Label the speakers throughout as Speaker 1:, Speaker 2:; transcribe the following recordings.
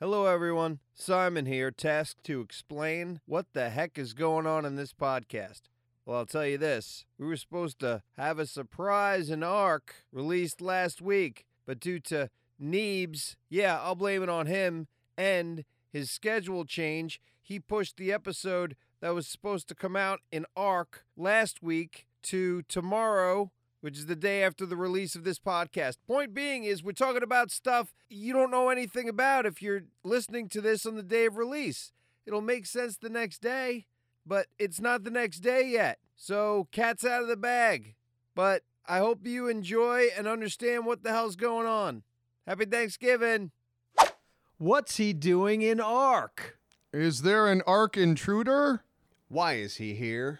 Speaker 1: Hello, everyone. Simon here, tasked to explain what the heck is going on in this podcast. Well, I'll tell you this we were supposed to have a surprise in ARC released last week, but due to Neebs, yeah, I'll blame it on him and his schedule change, he pushed the episode that was supposed to come out in ARC last week to tomorrow which is the day after the release of this podcast. Point being is we're talking about stuff you don't know anything about if you're listening to this on the day of release. It'll make sense the next day, but it's not the next day yet. So cat's out of the bag. But I hope you enjoy and understand what the hell's going on. Happy Thanksgiving.
Speaker 2: What's he doing in Ark?
Speaker 3: Is there an arc intruder?
Speaker 4: Why is he here?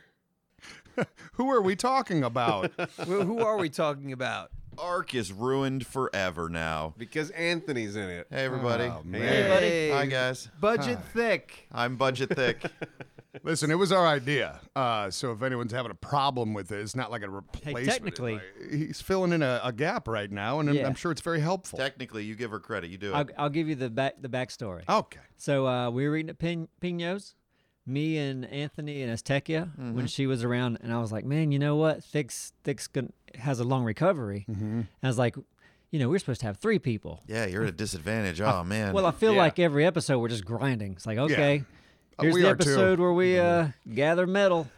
Speaker 3: Who are we talking about?
Speaker 2: Who who are we talking about?
Speaker 5: Ark is ruined forever now.
Speaker 4: Because Anthony's in it.
Speaker 5: Hey everybody.
Speaker 3: Oh, man.
Speaker 4: Hey, buddy.
Speaker 5: Hi guys.
Speaker 2: Budget thick.
Speaker 5: I'm budget thick.
Speaker 3: Listen, it was our idea. Uh, so if anyone's having a problem with it, it's not like a replacement.
Speaker 2: technically-
Speaker 3: he's filling in a, a gap right now, and I'm-
Speaker 6: Yeah.
Speaker 3: I'm sure it's very helpful.
Speaker 5: Technically, you give her credit. You do it.
Speaker 6: I'll, I'll give you the back the backstory.
Speaker 3: okay.
Speaker 6: So uh, we were eating at Pin- Pino's, me and Anthony and Aztecia
Speaker 3: Mm-hmm.
Speaker 6: when she was around, and I was like, man, you know what? Thick's Thick's gon- has a long recovery.
Speaker 3: Mm-hmm.
Speaker 6: And I was like, you know, we're supposed to have three people.
Speaker 5: yeah, you're at a disadvantage. Oh man.
Speaker 6: Uh, Well, I feel
Speaker 4: Yeah.
Speaker 6: like every episode we're just grinding. It's like, okay,
Speaker 3: Uh,
Speaker 6: here's
Speaker 3: we
Speaker 6: the
Speaker 3: are too. Mm-hmm.
Speaker 6: episode where we uh, gather metal.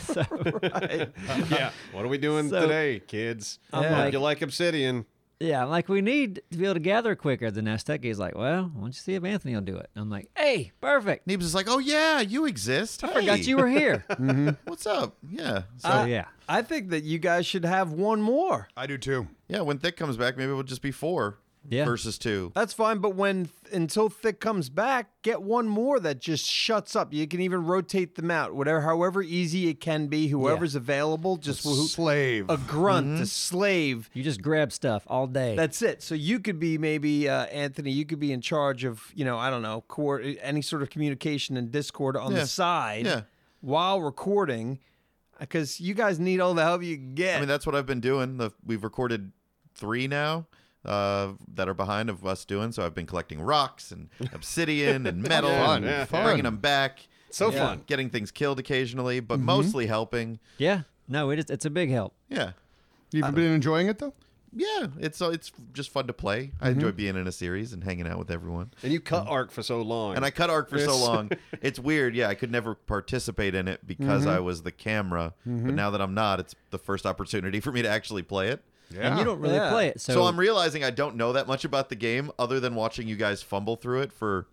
Speaker 6: so,
Speaker 4: yeah. What are we doing
Speaker 6: So-
Speaker 4: today, kids?
Speaker 6: I'm
Speaker 4: Hope
Speaker 6: like-
Speaker 4: you like Obsidian.
Speaker 6: yeah, I'm like, we need to be able to gather quicker than Aztecia's like, well, why don't you see if Anthony will do it? And I'm like, hey, perfect.
Speaker 5: Neebs is like, oh yeah, you exist.
Speaker 6: I forgot
Speaker 5: Hey,
Speaker 6: you Uh, were here. so,
Speaker 5: What's up? Yeah. So
Speaker 6: yeah.
Speaker 2: I think that you guys should have one more.
Speaker 3: I do too.
Speaker 5: yeah, when Thick comes back, maybe it'll just be four
Speaker 6: Yeah. Uh,
Speaker 5: versus two.
Speaker 2: That's fine, but when until Thick comes back, get one more that just shuts up. You can even rotate them out, whatever, however easy it can be. Whoever's available, just who,
Speaker 3: Slave.
Speaker 6: Uh,
Speaker 2: a grunt,
Speaker 5: mm-hmm.
Speaker 2: a slave.
Speaker 6: You just grab stuff all day.
Speaker 2: That's it. So you could be maybe uh, Anthony. You could be in charge of you know I don't know coor- any sort of communication and Discord on
Speaker 5: Yeah.
Speaker 2: the side
Speaker 5: Yeah.
Speaker 2: while recording, because you guys need all the help you can get.
Speaker 5: I mean, that's what I've been doing. The, we've recorded three now uh, that are behind of us doing. So I've been collecting rocks and obsidian and metal,
Speaker 3: Fun,
Speaker 5: and
Speaker 3: yeah.
Speaker 5: bringing
Speaker 3: fun.
Speaker 5: them back.
Speaker 4: So
Speaker 5: Yeah.
Speaker 4: fun.
Speaker 5: Getting things killed occasionally, but mostly helping.
Speaker 6: yeah. No, it is. It's a big help.
Speaker 5: Yeah.
Speaker 3: You've
Speaker 6: uh,
Speaker 3: been enjoying it though.
Speaker 5: Yeah, it's uh, it's just fun to play. I enjoy being in a series and hanging out with everyone.
Speaker 4: And you cut Ark for so long.
Speaker 5: And I cut arc for so
Speaker 4: Yes.
Speaker 5: long. It's weird. Yeah, I could never participate in it because I was the camera. But now that I'm not, it's the first opportunity for me to actually play it.
Speaker 3: Yeah.
Speaker 6: And you don't really
Speaker 2: Yeah.
Speaker 6: play it. So,
Speaker 5: So, I'm realizing I don't know that much about the game other than watching you guys fumble through it for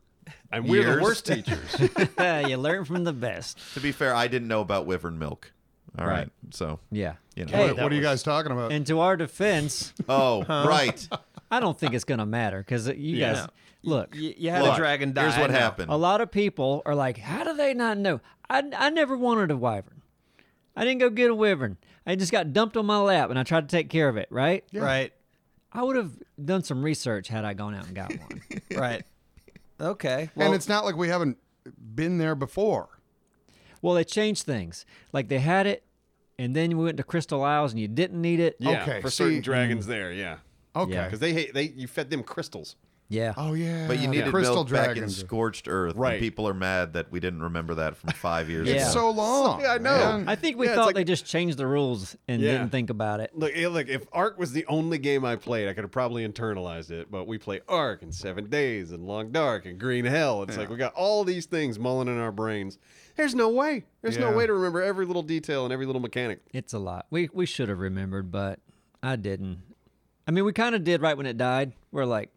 Speaker 4: and we're
Speaker 5: years.
Speaker 4: the worst teachers.
Speaker 6: you learn from the best.
Speaker 5: to be fair, I didn't know about Wyvern Milk. All right.
Speaker 6: Right.
Speaker 5: So
Speaker 6: Yeah.
Speaker 5: you know.
Speaker 6: Hey,
Speaker 3: what are you guys talking about?
Speaker 6: And to our defense,
Speaker 5: Oh, right.
Speaker 6: I don't think it's going to matter because you
Speaker 4: Yeah.
Speaker 6: guys, look,
Speaker 2: you, you had
Speaker 5: Look,
Speaker 2: a dragon die.
Speaker 5: Here's what
Speaker 2: I know.
Speaker 5: happened.
Speaker 6: a lot of people are like, how do they not know? I, I never wanted a wyvern. I didn't go get a wyvern. I just got dumped on my lap and I tried to take care of it, right?
Speaker 2: Right,
Speaker 6: I would have done some research had I gone out and got one.
Speaker 2: right. Okay. Well,
Speaker 3: and it's not like we haven't been there before.
Speaker 6: well, they changed things. Like they had it and then we went to Crystal Isles and you didn't need it.
Speaker 4: yeah, mm.
Speaker 3: Okay,
Speaker 4: for
Speaker 3: see-
Speaker 4: certain dragons there, yeah.
Speaker 3: Okay.
Speaker 6: Yeah.
Speaker 4: Because they hate they you fed them crystals.
Speaker 6: Yeah.
Speaker 3: Oh yeah.
Speaker 5: but you
Speaker 3: the
Speaker 5: needed
Speaker 3: crystal
Speaker 5: milk back in
Speaker 3: dragons.
Speaker 5: scorched earth.
Speaker 4: Right.
Speaker 5: And people are mad that we didn't remember that from five years
Speaker 6: It's
Speaker 5: ago.
Speaker 3: So long.
Speaker 4: Yeah, I know.
Speaker 3: man.
Speaker 6: I think we
Speaker 4: Yeah, it's
Speaker 6: thought
Speaker 4: like-
Speaker 6: they just changed the rules and
Speaker 4: Yeah.
Speaker 6: didn't think about it.
Speaker 4: Look, eh, look, if Ark was the only game I played, I could have probably internalized it, but we play Ark and Seven Days and Long Dark and Green Hell. It's like we got all these things mulling in our brains. There's no way. There's no
Speaker 3: Yeah.
Speaker 4: way to remember every little detail and every little mechanic.
Speaker 6: It's a lot. We we should have remembered, but I didn't. I mean, we kind of did right when it died. We're like,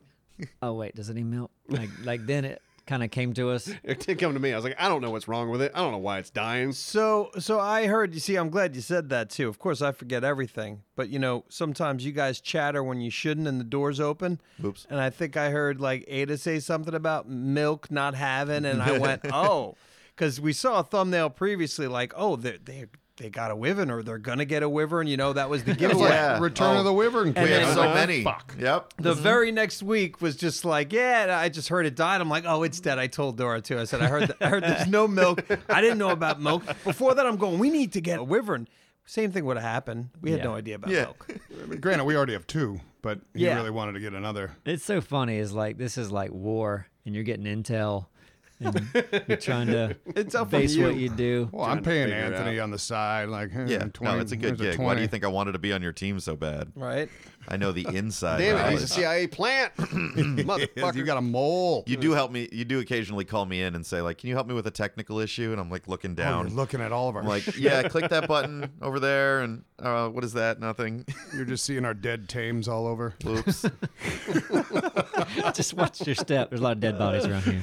Speaker 6: oh wait, doesn't he melt? Like like then it kind of came to us.
Speaker 4: It did come to me. I was like, I don't know what's wrong with it. I don't know why it's dying.
Speaker 2: So, so I heard. You see, I'm glad you said that too. Of course, I forget everything, but you know, sometimes you guys chatter when you shouldn't, and the doors open.
Speaker 5: Oops.
Speaker 2: And I think I heard like Ada say something about milk not having, and I went, oh, because we saw a thumbnail previously, like, oh, they they they got a wyvern, or they're gonna get a wyvern. You know, that was the
Speaker 3: It's
Speaker 2: giveaway.
Speaker 3: like
Speaker 5: Yeah.
Speaker 3: Return
Speaker 5: Oh.
Speaker 3: of the Wyvern Queen.
Speaker 5: we have
Speaker 2: then-
Speaker 5: so
Speaker 2: Uh-huh.
Speaker 5: many. Yep.
Speaker 2: The
Speaker 6: Mm-hmm.
Speaker 2: very next week was just like, yeah, I just heard it died. I'm like, oh, it's dead. I told Dora too. I said, I heard, I heard there's no milk. I didn't know about milk. Before that, I'm going, we need to get a wyvern. Same thing would have happened. We had
Speaker 6: Yeah.
Speaker 2: no idea about
Speaker 5: Yeah.
Speaker 2: milk.
Speaker 3: Granted, we already have two, but he
Speaker 6: Yeah.
Speaker 3: really wanted to get another.
Speaker 6: It's so funny. Is like this is like war, and you're getting intel, and you're trying to
Speaker 2: It's up to
Speaker 6: base
Speaker 2: you.
Speaker 6: what you do.
Speaker 3: Well, I'm
Speaker 4: to
Speaker 3: paying
Speaker 4: figure it
Speaker 3: Anthony on the side, like eh,
Speaker 5: Yeah,
Speaker 3: 20,
Speaker 5: no, it's a good
Speaker 3: here's
Speaker 5: gig. Why do
Speaker 3: 20.
Speaker 5: you think I wanted to be on your team so bad?
Speaker 2: right?
Speaker 5: I know the inside.
Speaker 4: Damn it,
Speaker 5: knowledge.
Speaker 4: he's a CIA plant.
Speaker 3: Yes,
Speaker 4: Motherfucker.
Speaker 3: you got a mole.
Speaker 5: You do help me. You do occasionally call me in and say like, "Can you help me with a technical issue?" And I'm like looking
Speaker 3: Oh,
Speaker 5: down.
Speaker 3: you're looking at all of our.
Speaker 5: I'm like, "Yeah, click that button over there." And uh, what is that? Nothing.
Speaker 3: you're just seeing our dead tames all over.
Speaker 5: Oops.
Speaker 6: Just watch your step. There's a lot of dead bodies around here.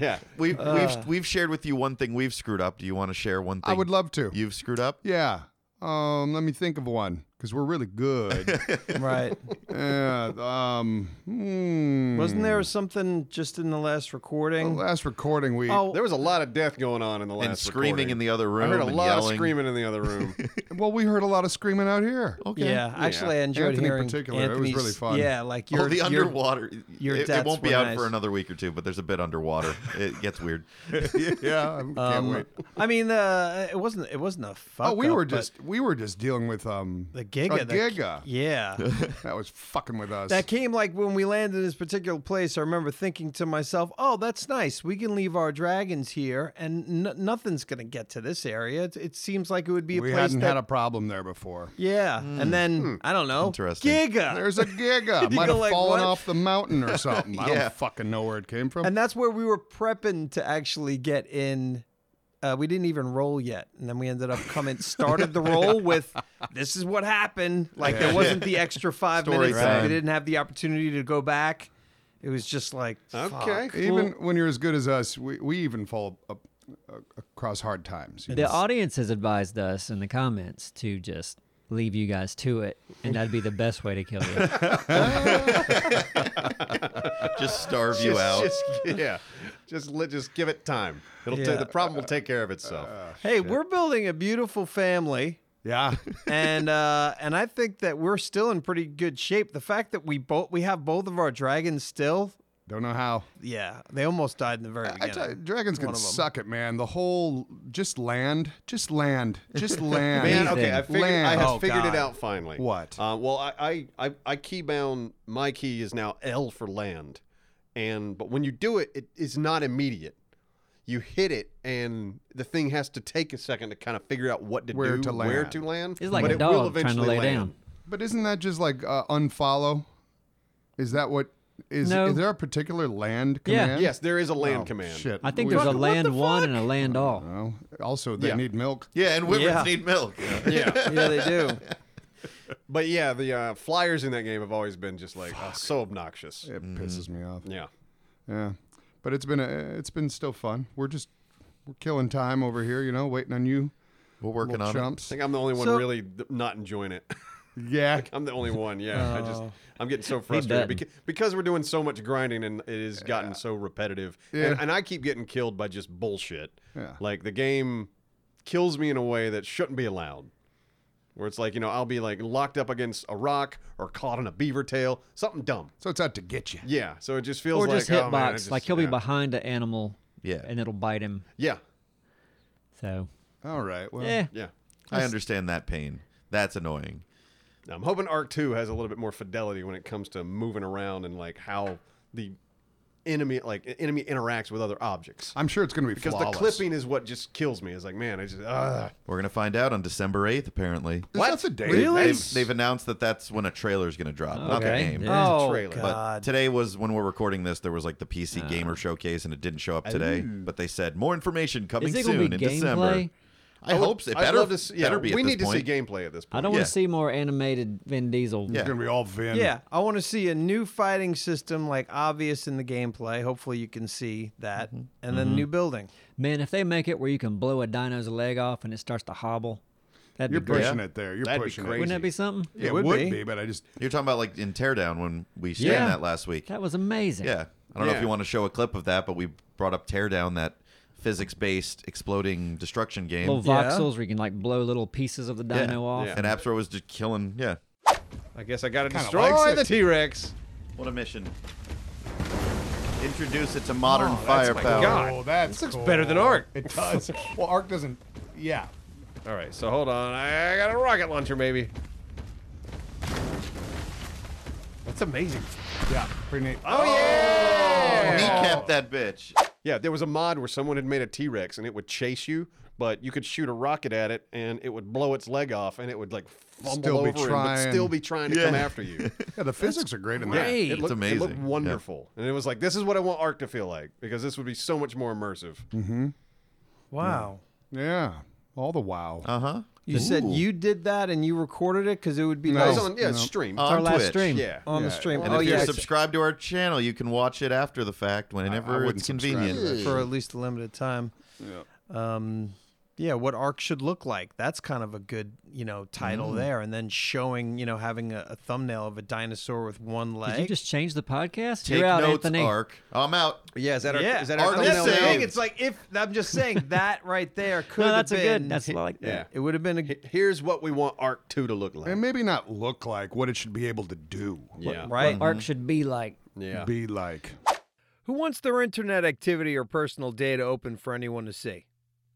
Speaker 4: yeah.
Speaker 5: We've we've we've shared with you one thing we've screwed up. Do you want to share one thing?
Speaker 3: I would love to.
Speaker 5: You've screwed up.
Speaker 3: yeah. Um, let me think of one because we're really good.
Speaker 2: Right.
Speaker 3: yeah. Um. hmm.
Speaker 2: Wasn't there something just in the last
Speaker 3: The
Speaker 2: recording?
Speaker 3: last recording we?
Speaker 2: Oh,
Speaker 4: There was a lot of death going on in the last
Speaker 5: And screaming
Speaker 4: recording.
Speaker 5: in the other room.
Speaker 4: I heard a
Speaker 5: and
Speaker 4: lot
Speaker 5: yelling.
Speaker 4: of screaming in the other room.
Speaker 3: well, we heard a lot of screaming out here.
Speaker 5: Okay.
Speaker 2: yeah. Actually, I enjoyed
Speaker 3: Anthony in
Speaker 2: hearing
Speaker 3: particular, it was really
Speaker 2: Anthony's-
Speaker 3: fun.
Speaker 2: Yeah, like
Speaker 5: Oh,
Speaker 2: your
Speaker 5: the
Speaker 2: your-
Speaker 5: underwater.
Speaker 2: your
Speaker 5: it, it
Speaker 2: deaths
Speaker 5: won't be
Speaker 2: were
Speaker 5: out for
Speaker 2: nice.
Speaker 5: another week or two, but there's a bit underwater. it gets weird.
Speaker 3: yeah. I can't
Speaker 5: Um,
Speaker 3: wait.
Speaker 2: I mean, uh, it wasn't it wasn't a fuck.
Speaker 3: Oh, we
Speaker 2: up,
Speaker 3: were
Speaker 2: but
Speaker 3: just we were just dealing with um
Speaker 2: the giga.
Speaker 3: a
Speaker 2: the-
Speaker 3: giga.
Speaker 2: yeah.
Speaker 3: that was fucking with us.
Speaker 2: That came like when we landed in this particular place. I remember thinking to myself, "Oh, that's nice. We can leave our dragons here, and n- nothing's going to get to this area. It, it seems like it would be a
Speaker 3: we
Speaker 2: place
Speaker 3: hadn't
Speaker 2: that,
Speaker 3: had a problem there before.
Speaker 2: yeah." And then I don't know,
Speaker 5: Interesting.
Speaker 2: Giga,
Speaker 3: There's a giga.
Speaker 2: You
Speaker 3: Might
Speaker 2: go
Speaker 3: have
Speaker 2: like,
Speaker 3: fallen
Speaker 2: what?
Speaker 3: off the mountain or something. I
Speaker 5: Yeah.
Speaker 3: don't fucking know where it came from.
Speaker 2: and that's where we were prepping to actually get in. Uh, we didn't even roll yet, and then we ended up coming. Started the roll with, "This is what happened." Like there wasn't the extra five
Speaker 5: Story
Speaker 2: minutes.
Speaker 5: time.
Speaker 2: We didn't have the opportunity to go back. It was just like, fuck.
Speaker 4: okay.
Speaker 3: even when you're as good as us, we, we even fall up, uh, across hard times.
Speaker 6: The audience has advised us in the comments to just leave you guys to it, and that'd be the best way to kill you.
Speaker 5: Just starve you out.
Speaker 4: Just, yeah. Just let just give it time. It'll ta-
Speaker 2: Yeah.
Speaker 4: the problem will take care of itself.
Speaker 3: Uh,
Speaker 2: Hey, we're building a beautiful family,
Speaker 3: Yeah.
Speaker 2: and uh, and I think that we're still in pretty good shape. The fact that we both we have both of our dragons still,
Speaker 3: Don't know how.
Speaker 2: yeah, they almost died in the very
Speaker 3: I tell you,
Speaker 2: beginning.
Speaker 3: dragons can
Speaker 2: One of 'em.
Speaker 3: suck it, man. The whole just land, just land, just land.
Speaker 4: Man, okay, I
Speaker 6: Anything.
Speaker 4: figured, I
Speaker 3: Land.
Speaker 4: have
Speaker 2: Oh,
Speaker 4: figured
Speaker 2: God.
Speaker 4: it out finally.
Speaker 3: What?
Speaker 4: Uh, well, I, I, I, I keybound my key is now L for land, and but when you do it, it is not immediate. You hit it, and the thing has to take a second to kind of figure out what to
Speaker 3: Where
Speaker 4: do,
Speaker 3: to
Speaker 4: where
Speaker 3: land.
Speaker 4: to land.
Speaker 6: It's like
Speaker 4: but
Speaker 6: a
Speaker 4: it will
Speaker 6: dog trying to
Speaker 4: eventually
Speaker 6: lay
Speaker 4: land.
Speaker 6: down.
Speaker 3: But isn't that just like uh, unfollow? Is that what is?
Speaker 6: No.
Speaker 3: Is there a particular land
Speaker 6: Yeah.
Speaker 3: command?
Speaker 4: Yes, there is a land
Speaker 3: Oh,
Speaker 4: command.
Speaker 3: Shit.
Speaker 6: I think
Speaker 3: We-
Speaker 6: there's a land one and a land all.
Speaker 3: Well, also, they
Speaker 4: Yeah.
Speaker 3: need milk.
Speaker 5: Yeah, and women
Speaker 2: Yeah.
Speaker 5: need milk.
Speaker 4: Yeah,
Speaker 2: yeah, they do.
Speaker 4: but yeah, the uh, flyers in that game have always been just like uh, so obnoxious.
Speaker 3: It
Speaker 5: Mm-hmm.
Speaker 3: pisses me off.
Speaker 4: Yeah.
Speaker 3: Yeah, but it's been a, it's been still fun. We're just we're killing time over here, you know, waiting on you,
Speaker 5: We're working
Speaker 3: little
Speaker 5: on
Speaker 4: I
Speaker 3: chumps.
Speaker 4: think I'm the only one
Speaker 2: So-
Speaker 4: really th- not enjoying it.
Speaker 3: Yeah,
Speaker 4: I'm the only one. Yeah, I just
Speaker 3: Oh.
Speaker 4: I'm getting so
Speaker 6: doesn't.
Speaker 4: frustrated beca- because we're doing so much grinding and it has gotten so repetitive.
Speaker 3: Yeah.
Speaker 4: And, and I keep getting killed by just bullshit.
Speaker 3: Yeah.
Speaker 4: Like the game kills me in a way that shouldn't be allowed. Where it's like you know I'll be like locked up against a rock or caught in a beaver tail, something dumb.
Speaker 3: so it's out to get you.
Speaker 4: Yeah. So it just feels
Speaker 6: Or
Speaker 4: like
Speaker 6: just
Speaker 4: oh, man, I
Speaker 6: hitbox.
Speaker 4: just-
Speaker 6: like he'll
Speaker 4: yeah.
Speaker 6: be behind an animal,
Speaker 5: Yeah.
Speaker 6: and it'll bite him.
Speaker 4: Yeah.
Speaker 6: So,
Speaker 3: All right. Well,
Speaker 6: eh,
Speaker 4: Yeah.
Speaker 5: it. I understand that pain. That's annoying.
Speaker 4: Now, I'm hoping Arc 2 has a little bit more fidelity when it comes to moving around and like how the enemy like enemy interacts with other objects.
Speaker 3: I'm sure it's going to be
Speaker 4: Because
Speaker 3: flawless.
Speaker 4: the clipping is what just kills me. It's like, man, I just uh,
Speaker 5: We're gonna find out on December eighth, apparently.
Speaker 3: Is that the date?
Speaker 2: Really?
Speaker 5: They've, they've announced that that's when a trailer's gonna drop, not the
Speaker 6: Okay.
Speaker 5: game.
Speaker 6: Yeah.
Speaker 2: Oh
Speaker 4: trailer.
Speaker 5: But
Speaker 2: god.
Speaker 5: today was when we're recording this. There was like the PC Gamer Showcase, and it didn't show up today. But they said more information coming
Speaker 6: Is it gonna
Speaker 5: soon
Speaker 6: be
Speaker 5: in December.
Speaker 6: gameplay?
Speaker 5: I, hope so. It
Speaker 4: I'd
Speaker 5: better,
Speaker 4: love to see, yeah,
Speaker 5: better be. At
Speaker 4: we
Speaker 5: this
Speaker 4: need
Speaker 5: point.
Speaker 4: to see gameplay at this
Speaker 6: I
Speaker 4: point.
Speaker 6: don't want
Speaker 5: Yeah.
Speaker 6: to see more animated Vin Diesel.
Speaker 5: Yeah.
Speaker 3: It's going to be all Vin.
Speaker 2: yeah, I want to see a new fighting system, like obvious in the gameplay. Hopefully, you can see that, and then new building.
Speaker 6: Man, if they make it where you can blow a dino's leg off and it starts to hobble, that'd
Speaker 3: You're
Speaker 6: be great.
Speaker 3: pushing it there. You're
Speaker 4: That'd be
Speaker 3: pushing
Speaker 4: crazy.
Speaker 3: it.
Speaker 6: Wouldn't that be something?
Speaker 3: Yeah,
Speaker 2: It
Speaker 3: it
Speaker 2: would
Speaker 3: would,
Speaker 2: be.
Speaker 3: be. but I just
Speaker 5: You're talking about like in Teardown when we scanned
Speaker 6: Yeah.
Speaker 5: that last week.
Speaker 6: That was amazing.
Speaker 5: Yeah. I don't know
Speaker 4: Yeah.
Speaker 5: if you want to show a clip of that, but we brought up Teardown, that physics based exploding destruction game.
Speaker 6: Little
Speaker 2: Yeah.
Speaker 6: voxels where you can like blow little pieces of the
Speaker 5: Yeah.
Speaker 6: dino off.
Speaker 4: Yeah.
Speaker 5: And Apsro was just killing. Yeah.
Speaker 4: I guess I got to
Speaker 3: Kinda
Speaker 4: destroy
Speaker 3: likes it.
Speaker 4: the T-Rex.
Speaker 5: What a mission. Introduce it to modern firepower.
Speaker 4: God.
Speaker 3: oh, that's
Speaker 4: This looks
Speaker 3: cool.
Speaker 4: better than Ark.
Speaker 3: It does. well, Ark doesn't. Yeah.
Speaker 4: All right, so hold on. I, I got a rocket launcher, maybe.
Speaker 7: amazing.
Speaker 3: Yeah, pretty neat.
Speaker 4: Oh.
Speaker 6: Oh.
Speaker 5: Kneecap that bitch.
Speaker 4: Yeah, there was a mod where someone had made a T Rex and it would chase you, but you could shoot a rocket at it and it would blow its leg off and it would like fumble
Speaker 3: Still be
Speaker 4: over and
Speaker 3: trying.
Speaker 4: still be trying to come after you.
Speaker 3: Yeah, the physics are great in
Speaker 4: Yeah,
Speaker 3: that.
Speaker 7: great.
Speaker 4: it
Speaker 7: It's
Speaker 4: looked, It
Speaker 5: amazing.
Speaker 4: looked
Speaker 5: Yeah.
Speaker 4: wonderful, and it was like this is what I want Ark to feel like because this would be so much more immersive.
Speaker 7: Wow.
Speaker 3: Yeah, all the wow.
Speaker 5: Uh huh.
Speaker 7: You said you did that and you recorded it because it would be
Speaker 3: No.
Speaker 4: It
Speaker 7: nice
Speaker 4: was on yeah
Speaker 3: no.
Speaker 4: stream.
Speaker 5: On
Speaker 6: our last
Speaker 5: Twitch.
Speaker 6: stream.
Speaker 4: yeah,
Speaker 7: on the
Speaker 3: Yeah.
Speaker 7: stream.
Speaker 5: And
Speaker 7: oh
Speaker 5: if you're
Speaker 7: yeah,
Speaker 5: subscribed to our channel, you can watch it after the fact
Speaker 3: I
Speaker 5: whenever
Speaker 3: wouldn't
Speaker 5: it's
Speaker 3: subscribe to
Speaker 5: convenient.
Speaker 7: for at least a limited time. Yeah. Um, yeah, what arc should look like. That's kind of a good, you know, title
Speaker 4: Mm.
Speaker 7: there. And then showing, you know, having a, a thumbnail of a dinosaur with one leg.
Speaker 6: Did you just change the podcast?
Speaker 5: Take
Speaker 6: You're out,
Speaker 5: notes,
Speaker 6: Anthony.
Speaker 5: Ark. I'm out.
Speaker 4: yeah. Is that our?
Speaker 7: yeah,
Speaker 4: Is that
Speaker 5: our
Speaker 4: our?
Speaker 5: Ark
Speaker 7: I'm
Speaker 5: thumbnail
Speaker 7: just
Speaker 5: is
Speaker 7: saying
Speaker 5: now?
Speaker 7: it's like if I'm just saying that right there could
Speaker 6: No,
Speaker 7: have
Speaker 6: that's a
Speaker 7: been
Speaker 6: good. That's like
Speaker 4: Yeah.
Speaker 7: it would have been a
Speaker 4: Here's what we want Arc Two to look like.
Speaker 3: And maybe not look like what it should be able to do.
Speaker 4: Yeah,
Speaker 7: right.
Speaker 6: Arc should be like.
Speaker 4: yeah.
Speaker 3: Be like.
Speaker 2: Who wants their internet activity or personal data open for anyone to see?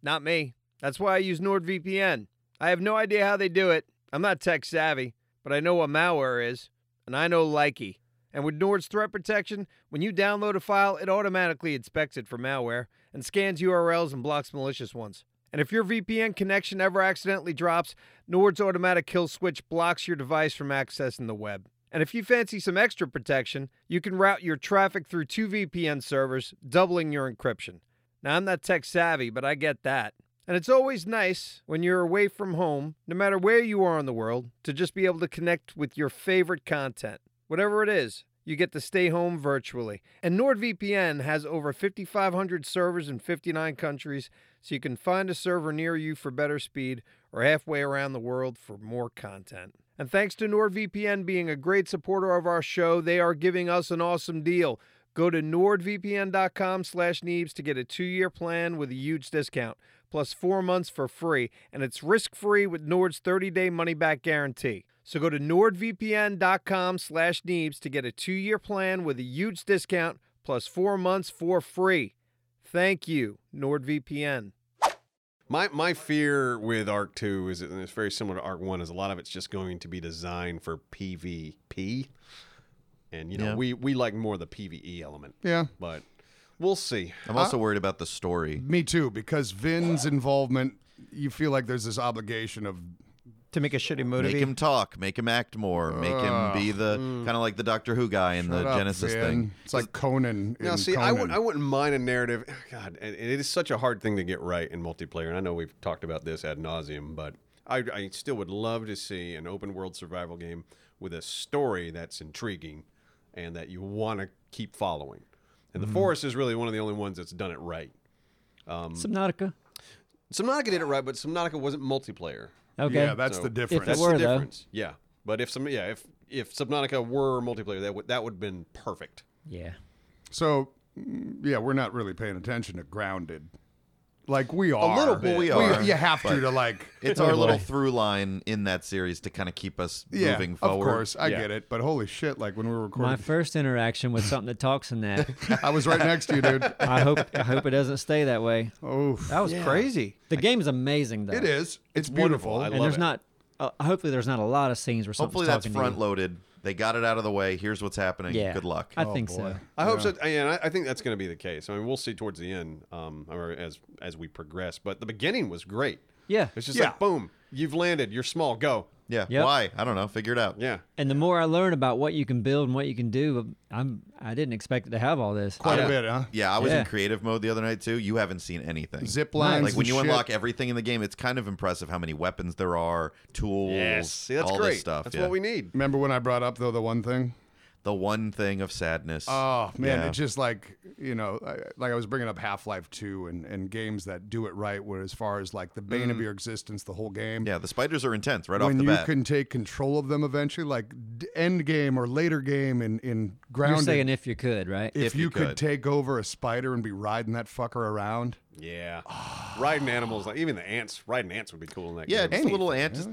Speaker 2: Not me. That's why I use NordVPN. I have no idea how they do it. I'm not tech savvy, but I know what malware is, and I know Likey. And with Nord's threat protection, when you download a file, it automatically inspects it for malware and scans URLs and blocks malicious ones. And if your VPN connection ever accidentally drops, Nord's automatic kill switch blocks your device from accessing the web. And if you fancy some extra protection, you can route your traffic through two VPN servers, doubling your encryption. Now, I'm not tech savvy, but I get that. And it's always nice when you're away from home, no matter where you are in the world, to just be able to connect with your favorite content. Whatever it is, you get to stay home virtually. And NordVPN has over 5,500 servers in 59 countries, so you can find a server near you for better speed or halfway around the world for more content. And thanks to NordVPN being a great supporter of our show, they are giving us an awesome deal. Go to nordvpn.com slash Neebs to get a two-year plan with a huge discount, plus four months for free, and it's risk-free with Nord's 30-day money-back guarantee. So go to nordvpn.com slash Neebs to get a two-year plan with a huge discount, plus four months for free. Thank you, NordVPN.
Speaker 4: My my fear with Arc Two is, and it's very similar to Arc One, is a lot of it's just going to be designed for PvP, and you know
Speaker 5: Yeah.
Speaker 4: we we like more the PVE element,
Speaker 3: Yeah.
Speaker 4: but we'll see.
Speaker 5: I'm also worried about the story.
Speaker 3: Me too, because Vin's involvement, you feel like there's this obligation of
Speaker 7: to make a shitty movie.
Speaker 5: Make him talk. Make him act more. Make him be the kind of like the Doctor Who guy in the
Speaker 3: Mm. "Shut up,
Speaker 5: Genesis
Speaker 3: uh, Vin."
Speaker 5: thing.
Speaker 3: It's like Conan.
Speaker 4: Now,
Speaker 3: in
Speaker 4: see,
Speaker 3: Conan.
Speaker 4: I wouldn't, I wouldn't mind a narrative. God, and it is such a hard thing to get right in multiplayer. And I know we've talked about this ad nauseum, but I, I still would love to see an open world survival game with a story that's intriguing and that you want to keep following. And
Speaker 6: Mm-hmm.
Speaker 4: The Forest is really one of the only ones that's done it right.
Speaker 6: Subnautica.
Speaker 4: Subnautica did it right, but Subnautica wasn't multiplayer.
Speaker 6: Okay.
Speaker 3: Yeah, that's
Speaker 4: So,
Speaker 3: the
Speaker 4: if
Speaker 3: difference.
Speaker 4: That's
Speaker 6: were,
Speaker 4: the
Speaker 6: though.
Speaker 4: difference. Yeah, but if some, yeah, if if Subnautica were multiplayer, that would that would have been perfect.
Speaker 6: Yeah.
Speaker 3: So, mm, yeah, we're not really paying attention to grounded. Like we are
Speaker 4: little bit.
Speaker 5: We are,
Speaker 3: you have
Speaker 5: but-
Speaker 3: to to like.
Speaker 5: It's our little through line in that series to kind of keep us
Speaker 3: yeah,
Speaker 5: moving forward.
Speaker 3: Of course, I
Speaker 4: Yeah.
Speaker 3: get it. But holy shit! Like when we were
Speaker 6: My
Speaker 3: recording,
Speaker 6: first interaction with something that talks in that.
Speaker 3: I was right next to you, dude.
Speaker 6: I hope I hope it doesn't stay that way.
Speaker 3: Oh,
Speaker 7: that was crazy.
Speaker 6: The game is amazing though.
Speaker 3: it is. It's,
Speaker 4: wonderful.
Speaker 3: beautiful.
Speaker 4: I
Speaker 6: And
Speaker 4: love
Speaker 6: there's
Speaker 4: it.
Speaker 6: not. Uh, hopefully, there's not a lot of scenes where
Speaker 5: Hopefully
Speaker 6: something's
Speaker 5: that's
Speaker 6: talking to you.
Speaker 5: front loaded. They got it out of the way. Here's what's happening.
Speaker 6: Yeah. Oh,
Speaker 5: Good luck.
Speaker 3: Oh.
Speaker 6: I think so.
Speaker 4: I hope so. uh, And I, I think that's going to be the case. I mean, we'll see towards the end, um, or as as we progress. But the beginning was great.
Speaker 6: Yeah.
Speaker 4: It's just
Speaker 3: Yeah.
Speaker 4: like boom, you've landed. You're small. Go.
Speaker 5: yeah.
Speaker 6: Yep.
Speaker 5: Why? I don't know. Figure it out.
Speaker 4: Yeah.
Speaker 6: And the more I learn about what you can build and what you can do, I'm I didn't expect it to have all this.
Speaker 3: Quite
Speaker 4: Yeah.
Speaker 3: a bit, huh?
Speaker 5: Yeah, I was
Speaker 6: Yeah.
Speaker 5: in creative mode the other night too. You haven't seen anything.
Speaker 3: Zip lines.
Speaker 5: like when
Speaker 3: and
Speaker 5: you
Speaker 3: shit.
Speaker 5: unlock everything in the game, it's kind of impressive how many weapons there are, tools,
Speaker 4: See, that's
Speaker 5: all
Speaker 4: great.
Speaker 5: this stuff.
Speaker 4: That's
Speaker 5: yeah.
Speaker 4: what we need.
Speaker 3: Remember when I brought up though the one thing?
Speaker 5: The one thing of sadness.
Speaker 3: Oh man,
Speaker 5: Yeah.
Speaker 3: it's just like you know, I, like I was bringing up Half Life Two and, and games that do it right, where as far as like the bane
Speaker 5: Mm.
Speaker 3: of your existence, the whole game.
Speaker 5: yeah, the spiders are intense right off
Speaker 3: When
Speaker 5: the
Speaker 3: you
Speaker 5: bat.
Speaker 3: can take control of them eventually, like d- end game or later game in in
Speaker 6: You're
Speaker 3: grounded.
Speaker 6: saying if you could, right?
Speaker 3: if,
Speaker 5: if
Speaker 3: you,
Speaker 5: you
Speaker 3: could.
Speaker 5: could.
Speaker 3: take over a spider and be riding that fucker around,
Speaker 4: Yeah. riding animals, like even the ants. Riding ants would be cool in that
Speaker 5: yeah,
Speaker 4: game.
Speaker 5: just a little ant just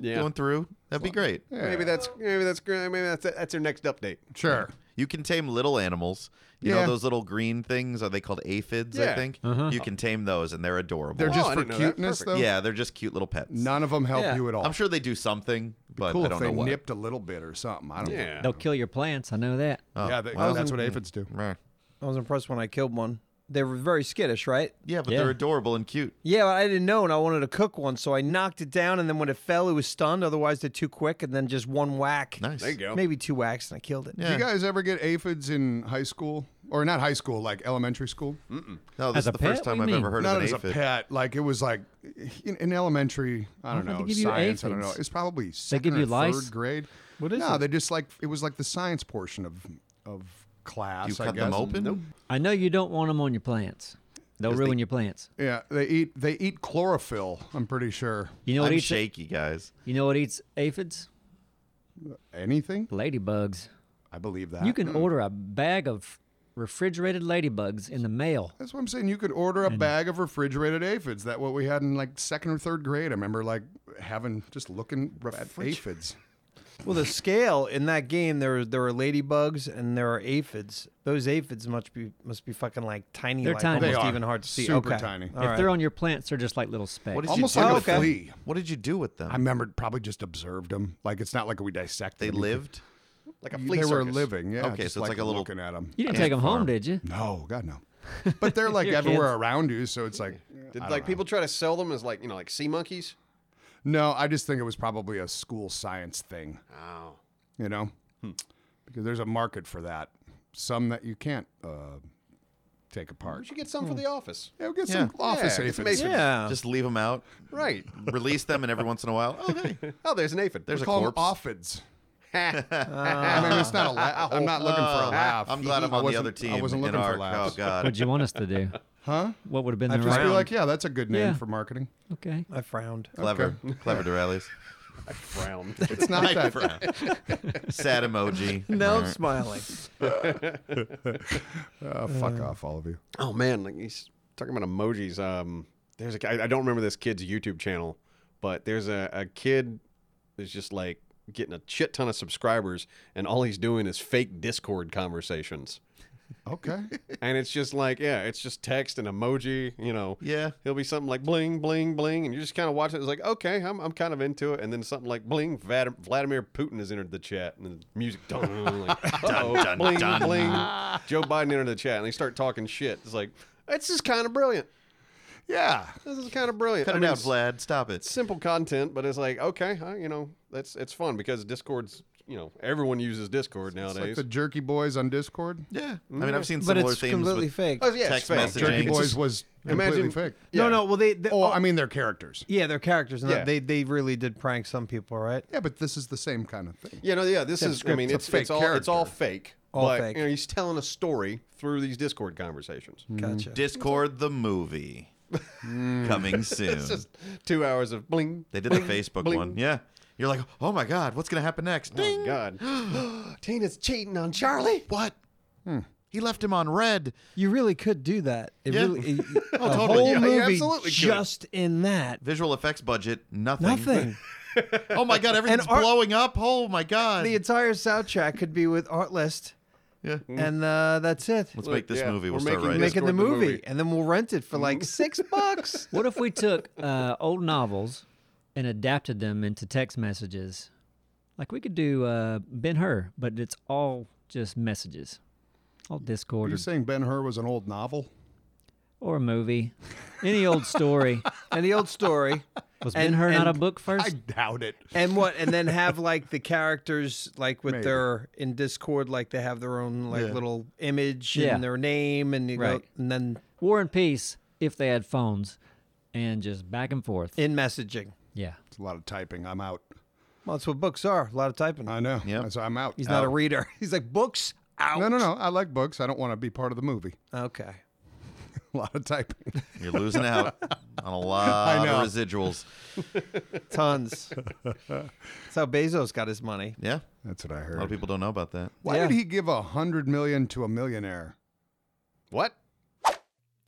Speaker 4: Yeah.
Speaker 5: going through. That'd be great.
Speaker 4: Maybe that's maybe that's gr- maybe that's that's their next update.
Speaker 3: sure.
Speaker 5: You can tame little animals. You know
Speaker 3: Yeah.
Speaker 5: those little green things? Are they called aphids? I
Speaker 4: Yeah.
Speaker 5: think you can tame those, and they're adorable.
Speaker 3: They're
Speaker 4: Oh,
Speaker 3: just
Speaker 4: I
Speaker 3: for
Speaker 4: didn't know that.
Speaker 3: cuteness,
Speaker 4: Perfect.
Speaker 3: though.
Speaker 5: yeah, they're just cute little pets.
Speaker 3: None of them help
Speaker 6: Yeah.
Speaker 3: you at all.
Speaker 5: I'm sure they do something. but
Speaker 3: cool
Speaker 5: I
Speaker 3: if
Speaker 5: don't
Speaker 3: they
Speaker 5: know what.
Speaker 3: nipped a little bit or something. I don't
Speaker 4: Yeah.
Speaker 6: They'll kill your plants. I know that.
Speaker 3: know.
Speaker 5: Oh,
Speaker 3: yeah, they,
Speaker 5: well,
Speaker 3: that's what aphids do.
Speaker 5: meh.
Speaker 2: I was impressed when I killed one. They were very skittish, right?
Speaker 5: Yeah, but
Speaker 6: Yeah.
Speaker 5: they're adorable and cute.
Speaker 2: Yeah, but I didn't know, and I wanted to cook one, so I knocked it down, and then when it fell, it was stunned. Otherwise, they're too quick, and then just one whack,
Speaker 5: Nice.
Speaker 4: There you go.
Speaker 2: maybe two whacks, and I killed it.
Speaker 5: Yeah.
Speaker 3: You guys ever get aphids in high school or not high school, like elementary school?
Speaker 5: No,
Speaker 6: As
Speaker 5: this
Speaker 6: a
Speaker 5: is the first
Speaker 6: pet, what
Speaker 5: time
Speaker 6: do
Speaker 5: I've
Speaker 6: you
Speaker 5: ever
Speaker 6: mean?
Speaker 5: heard
Speaker 3: Not
Speaker 5: of
Speaker 3: as
Speaker 5: an
Speaker 3: a
Speaker 5: aphid.
Speaker 3: pet. Like it was like in, in elementary. I don't
Speaker 6: Why would
Speaker 3: know
Speaker 6: they give you
Speaker 3: science. I don't know.
Speaker 6: aphids?
Speaker 3: It's probably second
Speaker 6: give you
Speaker 3: or
Speaker 6: lice?
Speaker 3: third grade.
Speaker 6: What is
Speaker 3: no,
Speaker 6: it?
Speaker 3: they just like it was like the science portion of of class.
Speaker 5: You
Speaker 3: I
Speaker 5: cut them
Speaker 3: guess.
Speaker 5: open? Nope.
Speaker 6: I know you don't want them on your plants. They'll ruin your plants.
Speaker 3: Yeah, they eat they eat chlorophyll. I'm pretty sure.
Speaker 6: You know what
Speaker 5: I'm
Speaker 6: eats?
Speaker 5: shaky, guys.
Speaker 6: You know what eats aphids?
Speaker 3: Anything?
Speaker 6: Ladybugs.
Speaker 3: I believe that.
Speaker 6: You can order a bag of refrigerated ladybugs in the mail.
Speaker 3: That's what I'm saying. You could order a bag of refrigerated aphids. That what we had in like second or third grade. I remember like having just looking at aphids.
Speaker 2: Well, the scale in that game, there there are ladybugs and there are aphids. Those aphids must be must be fucking like tiny,
Speaker 6: They're
Speaker 2: like
Speaker 6: tiny.
Speaker 2: almost
Speaker 3: They are
Speaker 2: even hard to see.
Speaker 3: super
Speaker 2: Okay.
Speaker 3: tiny.
Speaker 2: All
Speaker 6: if
Speaker 2: right.
Speaker 6: they're on your plants, they're just like little
Speaker 5: What
Speaker 6: specks.
Speaker 5: did
Speaker 3: Almost
Speaker 5: you do
Speaker 3: like a
Speaker 5: with them?
Speaker 3: flea.
Speaker 5: What did you do with them?
Speaker 3: I remember probably just observed them. Like it's not like we dissected.
Speaker 5: they
Speaker 3: them.
Speaker 5: lived.
Speaker 4: like a
Speaker 3: You-
Speaker 4: flea
Speaker 3: They were
Speaker 4: circus.
Speaker 3: living. Yeah.
Speaker 5: Okay,
Speaker 3: just
Speaker 5: so it's like a little-
Speaker 3: looking at them.
Speaker 6: you didn't
Speaker 5: Ant
Speaker 6: take them home,
Speaker 5: farm.
Speaker 6: did you?
Speaker 3: No, God no. But they're like
Speaker 6: Your
Speaker 3: everywhere
Speaker 6: kids.
Speaker 3: around you, so it's like I
Speaker 4: Did
Speaker 3: don't
Speaker 4: like
Speaker 3: know.
Speaker 4: people try to sell them as like you know like sea monkeys?
Speaker 3: No, I just think it was probably a school science thing.
Speaker 4: Oh,
Speaker 3: you know, because there's a market for that. Some that you can't uh, take
Speaker 4: we
Speaker 3: apart.
Speaker 4: should get some for the office.
Speaker 3: Yeah, we'll get
Speaker 5: Yeah.
Speaker 3: some office
Speaker 4: Yeah,
Speaker 3: aphids.
Speaker 4: it's amazing.
Speaker 2: yeah.
Speaker 5: Just leave them out.
Speaker 4: Right.
Speaker 5: Release them, and every once in a while, oh, hey,
Speaker 4: Oh, there's an aphid.
Speaker 5: there's
Speaker 3: We
Speaker 5: a
Speaker 3: call 'em
Speaker 5: corpse.
Speaker 3: offids. I mean, it's not a la- I'm not looking for a laugh.
Speaker 5: I'm glad I'm
Speaker 3: I
Speaker 5: on the
Speaker 3: wasn't-
Speaker 5: other team.
Speaker 3: I wasn't
Speaker 5: in
Speaker 3: looking
Speaker 5: our,
Speaker 3: for laughs.
Speaker 5: Oh God.
Speaker 6: What'd you want us to do?
Speaker 3: Huh?
Speaker 6: What would have been the
Speaker 3: I'd just
Speaker 6: right?
Speaker 3: be like, yeah, that's a good name
Speaker 6: Yeah.
Speaker 3: for marketing.
Speaker 6: okay.
Speaker 2: I frowned.
Speaker 5: Clever, clever Durales.
Speaker 4: Brown.
Speaker 3: It's not that.
Speaker 5: Sad emoji.
Speaker 2: No
Speaker 5: Alright.
Speaker 2: smiling.
Speaker 3: Uh, fuck off, all of you.
Speaker 4: oh man, like he's talking about emojis. Um, there's a guy- I, I don't remember this kid's YouTube channel, but there's a, a kid that's just like getting a shit ton of subscribers, and all he's doing is fake Discord conversations,
Speaker 3: Okay.
Speaker 4: and it's just like yeah, it's just text and emoji, you know.
Speaker 5: Yeah.
Speaker 4: He'll be something like bling, bling, bling, and you're just kind of watching. It's like, okay, I'm, I'm kind of into it. And then something like bling, Vlad- Vladimir Putin has entered the chat, and the music, dun, like, uh-oh,
Speaker 5: Dun, dun,
Speaker 4: bling,
Speaker 5: dun.
Speaker 4: bling. Joe Biden entered the chat, and they start talking shit. It's like, this is kind of brilliant.
Speaker 3: Yeah.
Speaker 4: This is kind of brilliant.
Speaker 5: Cut
Speaker 4: I
Speaker 5: it
Speaker 4: mean,
Speaker 5: out,
Speaker 4: it's
Speaker 5: Vlad. Stop it.
Speaker 4: Simple content, but it's like, okay, huh, you know, that's it's fun because Discord's, you know, everyone uses Discord
Speaker 3: It's like
Speaker 4: nowadays.
Speaker 3: the Jerky Boys on Discord.
Speaker 5: Yeah. I mean, I've seen
Speaker 2: But
Speaker 5: similar
Speaker 2: it's
Speaker 5: things.
Speaker 2: completely
Speaker 5: with,
Speaker 2: fake.
Speaker 4: oh yeah,
Speaker 5: text
Speaker 4: it's fake.
Speaker 5: messaging.
Speaker 3: Jerky
Speaker 5: It's
Speaker 3: Boys
Speaker 5: just-
Speaker 3: was completely
Speaker 4: Imagine-
Speaker 3: fake.
Speaker 2: No,
Speaker 4: Yeah.
Speaker 2: no. Well, they. they
Speaker 3: Oh, I mean, they're characters.
Speaker 2: yeah, they're characters. and
Speaker 4: Yeah.
Speaker 2: They they really did prank some people, right?
Speaker 3: Yeah, but this is the same kind of thing.
Speaker 4: Yeah, no, yeah. This is. I mean,
Speaker 3: It's
Speaker 4: it's
Speaker 3: a
Speaker 4: it's all
Speaker 3: fake
Speaker 4: it's all
Speaker 3: character.
Speaker 4: fake.
Speaker 2: All
Speaker 4: but,
Speaker 2: fake.
Speaker 4: You know, he's telling a story through these Discord conversations.
Speaker 2: Gotcha.
Speaker 5: Discord the movie coming soon.
Speaker 4: It's just two hours of bling.
Speaker 5: They did
Speaker 4: bling,
Speaker 5: the Facebook
Speaker 4: bling.
Speaker 5: one. Yeah. You're like, oh my God, what's gonna happen next?
Speaker 4: Oh,
Speaker 5: Ding.
Speaker 4: God, Tina's cheating on Charlie.
Speaker 5: What? He left him on red.
Speaker 2: You really could do that. It
Speaker 5: Yeah.
Speaker 2: really, it- a
Speaker 5: totally.
Speaker 2: whole
Speaker 5: Yeah, you
Speaker 2: movie
Speaker 4: absolutely could.
Speaker 2: just in that.
Speaker 5: Visual effects budget, nothing.
Speaker 2: Nothing.
Speaker 5: oh my God, everything's
Speaker 2: our-
Speaker 5: blowing up. Oh my God.
Speaker 2: the entire soundtrack could be with art list,
Speaker 5: yeah.
Speaker 2: and uh, that's it.
Speaker 5: Let's make this
Speaker 4: yeah,
Speaker 5: movie. We'll
Speaker 4: we're
Speaker 5: start
Speaker 4: making
Speaker 5: writing.
Speaker 4: this-
Speaker 2: Making the
Speaker 4: Discord the
Speaker 2: movie, Mm-hmm.
Speaker 4: movie.
Speaker 2: and then we'll rent it for like six bucks.
Speaker 6: What if we took uh, old novels and adapted them into text messages? Like we could do uh, Ben Hur, but it's all just messages, all
Speaker 3: Are
Speaker 6: Discord
Speaker 3: you
Speaker 6: or,
Speaker 3: saying Ben Hur was an old novel?
Speaker 6: or a movie, any old story.
Speaker 2: And the old story,
Speaker 6: Was Ben
Speaker 2: And-
Speaker 6: Hur not a
Speaker 2: and
Speaker 6: book first?
Speaker 3: I doubt it.
Speaker 2: and what, and then have like the characters like with
Speaker 3: Maybe.
Speaker 2: their in Discord, like they have their own like
Speaker 5: Yeah.
Speaker 2: little image
Speaker 6: Yeah.
Speaker 2: and their name, and you go-
Speaker 6: Right.
Speaker 2: and then
Speaker 6: War and Peace, if they had phones, and just back and forth.
Speaker 2: in messaging.
Speaker 6: yeah,
Speaker 3: It's a lot of typing. I'm out.
Speaker 2: Well, that's what books are. A lot of typing.
Speaker 3: I know.
Speaker 5: Yep.
Speaker 3: So I'm out.
Speaker 2: He's not a reader. He's like books out.
Speaker 3: No, no, no. I like books. I don't want to be part of the movie.
Speaker 2: Okay.
Speaker 3: A lot of typing.
Speaker 5: You're losing out on a lot
Speaker 3: know.
Speaker 5: of residuals.
Speaker 2: Tons. That's how Bezos got his money.
Speaker 5: Yeah.
Speaker 3: That's what I
Speaker 5: A lot of
Speaker 3: heard.
Speaker 5: people don't know about that.
Speaker 3: Why
Speaker 2: Yeah.
Speaker 3: did he give a hundred million to a millionaire?
Speaker 4: What?